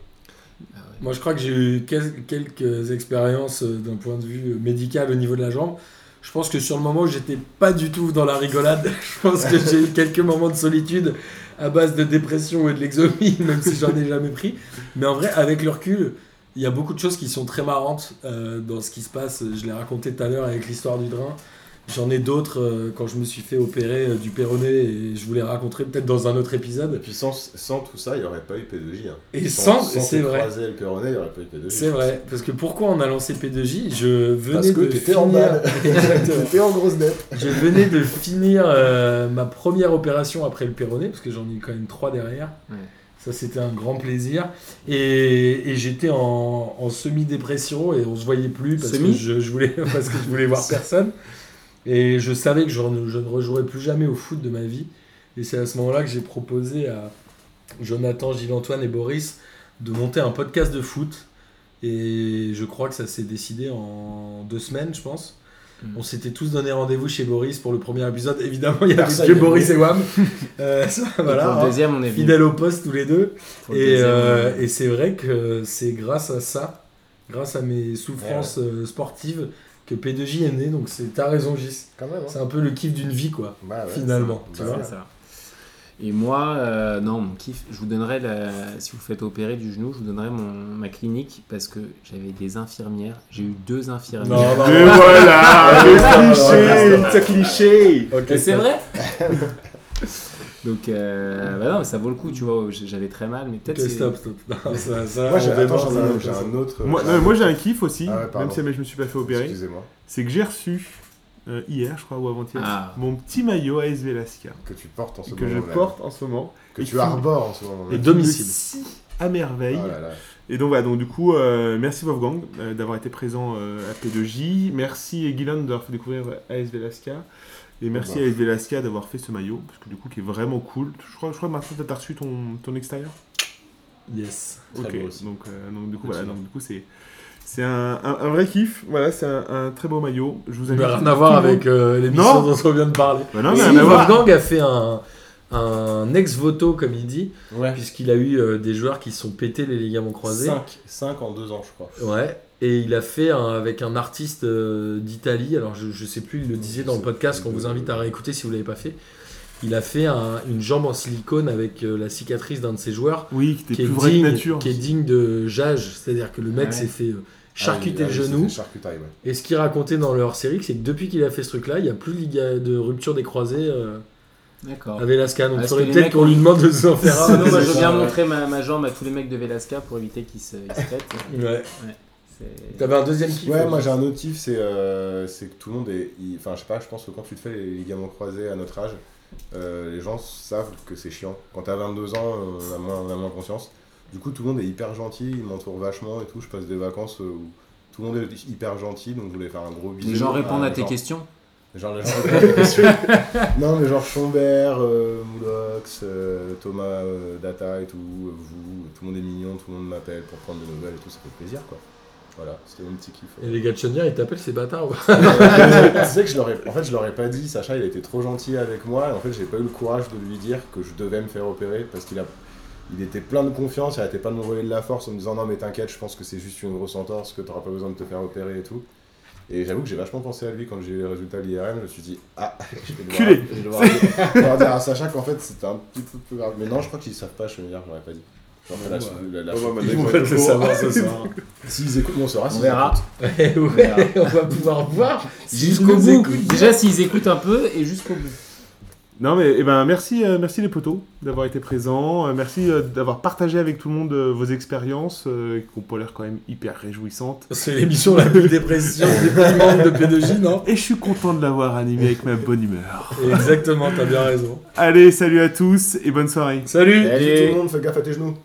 Moi, je crois que j'ai eu quel- quelques expériences euh, d'un point de vue médical au niveau de la jambe. Je pense que sur le moment, j'étais pas du tout dans la rigolade. Je pense que j'ai eu quelques moments de solitude à base de dépression et de l'exomie, même si j'en ai jamais pris. Mais en vrai, avec le recul, il y a beaucoup de choses qui sont très marrantes euh, dans ce qui se passe. Je l'ai raconté tout à l'heure avec l'histoire du drain. J'en ai d'autres euh, quand je me suis fait opérer euh, du péroné et je vous les raconterai peut-être dans un autre
Et
épisode.
puis sans, sans tout ça, il n'y aurait pas eu P2J. hein.
Et sans, c'est
te
vrai.
croiser le Péronet, il n'y aurait pas eu P2J.
C'est vrai, parce que pourquoi on a lancé P2J Je venais
Parce que
de
t'étais
finir...
en balle.
Exactement.
T'étais en grosse dette.
Je venais de finir euh, ma première opération après le péroné, parce que j'en ai eu quand même trois derrière.
Ouais.
Ça, c'était un grand plaisir. Et, et j'étais en, en semi-dépression et on se voyait plus parce,
Semi
que je, je voulais, parce que je voulais voir personne. Et je savais que je, ne- je ne rejouerais plus jamais au foot de ma vie. Et c'est à ce moment-là que j'ai proposé à Jonathan, Gilles-Antoine et Boris de monter un podcast de foot. Et je crois que ça s'est décidé en deux semaines, je pense.
Mm.
On s'était tous donné rendez-vous chez Boris pour le premier épisode. Évidemment, il y avait
Personne
que
n'est
Boris et Wam. Euh, ça,
Et pour
voilà.
le deuxième, on est venu.
Fidèles au poste tous les deux.
Pour le
Et,
deuxième,
euh,
on-
et c'est vrai que c'est grâce à ça, grâce à mes souffrances euh, sportives, que P2J est né. Donc c'est ta raison, Gis.
Quand même, hein.
C'est un peu le kiff d'une vie, quoi.
Bah ouais,
Finalement,
c'est-
tu
bah
vois.
ouais.
C'est ça. Et moi, euh, non, mon kiff, je vous donnerai, la- si vous faites opérer du genou, je vous donnerai mon, ma clinique parce que j'avais des infirmières. J'ai eu deux infirmières.
Non, non,
Et
non.
voilà, le
Ouais,
cliché, ce
Ah, bah,
cliché.
Ok,
Mais c'est
ça-
vrai Donc, euh, bah non, mais ça vaut le coup, tu vois. j- J'avais très mal, mais
Ok,
peut-être. c'est-
stop, stop. Non, ça, ça,
Moi,
on
j'ai Bah, attends,
démarre,
j'en ai
ça-
un- j'ai un autre.
Moi, non, mais moi, j'ai un kiff aussi,
Ah ouais, pardon.
même si je me suis pas fait opérer.
Excusez-moi.
C'est que j'ai reçu euh, hier, je crois, ou avant-hier,
Ah.
mon petit maillot ASV Lascar
Que tu portes en ce
que
moment.
je
même.
porte en ce moment
Que
et
tu
qui-
arbores en ce moment.
et
même.
qui
Domicile.
me scie à merveille.
Oh là là.
Et donc voilà, donc du coup, euh, merci Wolfgang euh, d'avoir été présent euh, à P2J. Merci Guilain d'avoir fait découvrir AS Velasca. Et merci
bah.
à AS Velasca d'avoir fait ce maillot, parce que du coup, qui est vraiment cool. Je crois, je crois que maintenant, t'as reçu ton, ton extérieur.
Yes.
Très
ok.
beau aussi.
Donc, euh, donc du coup, voilà,
Excellent.
donc du coup, c'est. C'est un, un- un vrai kiff, voilà, c'est un, un très beau maillot. Je vous
Ça
invite.
n'a rien
tout
à voir
le monde-
avec euh, l'émission
Non.
dont on vient de parler.
Bah non,
Si,
mais rien à voir.
Wolfgang a fait un, un ex-voto, comme il dit,
Ouais.
puisqu'il a eu euh, des joueurs qui se sont pétés les ligaments croisés.
5, en 2 ans, je crois.
Ouais. Et il a fait un- avec un artiste euh, d'Italie, alors je, je sais plus, il le disait dans le podcast qu'on vous invite à réécouter si vous l'avez pas fait. Il a fait un- une jambe en silicone avec euh, la cicatrice d'un de ses joueurs
Oui, qui
qui
était
est,
plus vrai que
digne,
nature.
qui est digne de Jage, c'est-à-dire que le mec
Ouais.
s'est fait euh,
Ah
charcuter
oui,
le
ah oui,
genou.
c'était Charcutaille, ouais.
Et ce qu'il racontait dans leur série, c'est que depuis qu'il a fait ce truc-là, il n'y a plus de, liga- de rupture des croisés euh,
D'accord.
à Velasca. Donc
Parce
faudrait
que les
peut-être
mecs
qu'on lui
ont-
demande de s'en faire un.
Sinon, moi, je veux bien
Ouais.
montrer ma, ma jambe à tous les mecs de Velasca pour éviter qu'ils se, ils se pètent.
Ouais.
C'est-
T'avais un deuxième kiff
Ouais, moi j'ai un autre kiff, c'est euh, c'est que tout le monde est. il- Enfin, je sais pas, je pense que quand tu te fais les ligaments croisés à notre âge, euh, les gens savent que c'est chiant. Quand t'as 22 ans, euh, on a, moins, on a moins conscience. Du coup, tout le monde est hyper gentil, ils m'entourent vachement et tout. Je passe des vacances euh, où tout le monde est hyper gentil, donc je voulais faire un gros bisou.
Les gens répondent
Ah,
à tes
genre-
questions.
Genre les gens répondent à tes questions. Non, mais genre Schombert, euh, Moulox, euh, Thomas euh, Data et tout, euh, vous, tout le monde est mignon, tout le monde m'appelle pour prendre des nouvelles et tout, ça fait plaisir quoi. Voilà, c'était mon petit kiff.
Et les gars de Chenir, ils t'appellent ces bâtards. ouais.
tu sais que je l'aurais, en fait, je l'aurais pas dit. Sacha, il a été trop gentil avec moi. Et en fait, j'ai pas eu le courage de lui dire que je devais me faire opérer parce qu'il a, il était plein de confiance. Il arrêtait pas de m'envoyer de la force en me disant non mais t'inquiète, je pense que c'est juste une grosse entorse, que t'auras pas besoin de te faire opérer et tout. Et j'avoue que j'ai vachement pensé à lui quand j'ai eu les résultats de l'IRM. Je me suis dit, ah, je vais devoir-
Culé.
je vais devoir, dire- devoir dire à Sacha qu'en fait c'était un petit peu plus grave. Mais non, je crois qu'ils savent pas, je me dire, j'aurais pas dit. J'en fais la,
Ouais.
la, la-
Ouais, ouais,
ils
mais
vont
d'accord,
peut-être
je
le
vois.
savoir ce soir. S'ils écoutent, bon, on saura.
On
s'ils
verra.
écoutent.
Eh ouais, on va pouvoir voir.
Jusqu'au
nous
bout.
écoutent.
Déjà, s'ils écoutent un peu et jusqu'au bout.
Non mais eh ben, merci, euh, merci les potos d'avoir été présents, Euh, merci euh, d'avoir partagé avec tout le monde euh, vos expériences euh, qui ont pas l'air quand même hyper réjouissantes.
C'est l'émission la plus dépression, déprimante de P2J, non
Et je suis content de l'avoir animé avec ma bonne humeur.
Exactement, t'as bien raison.
Allez, salut à tous et bonne soirée.
Salut
Dis tout le monde, fais gaffe à tes genoux.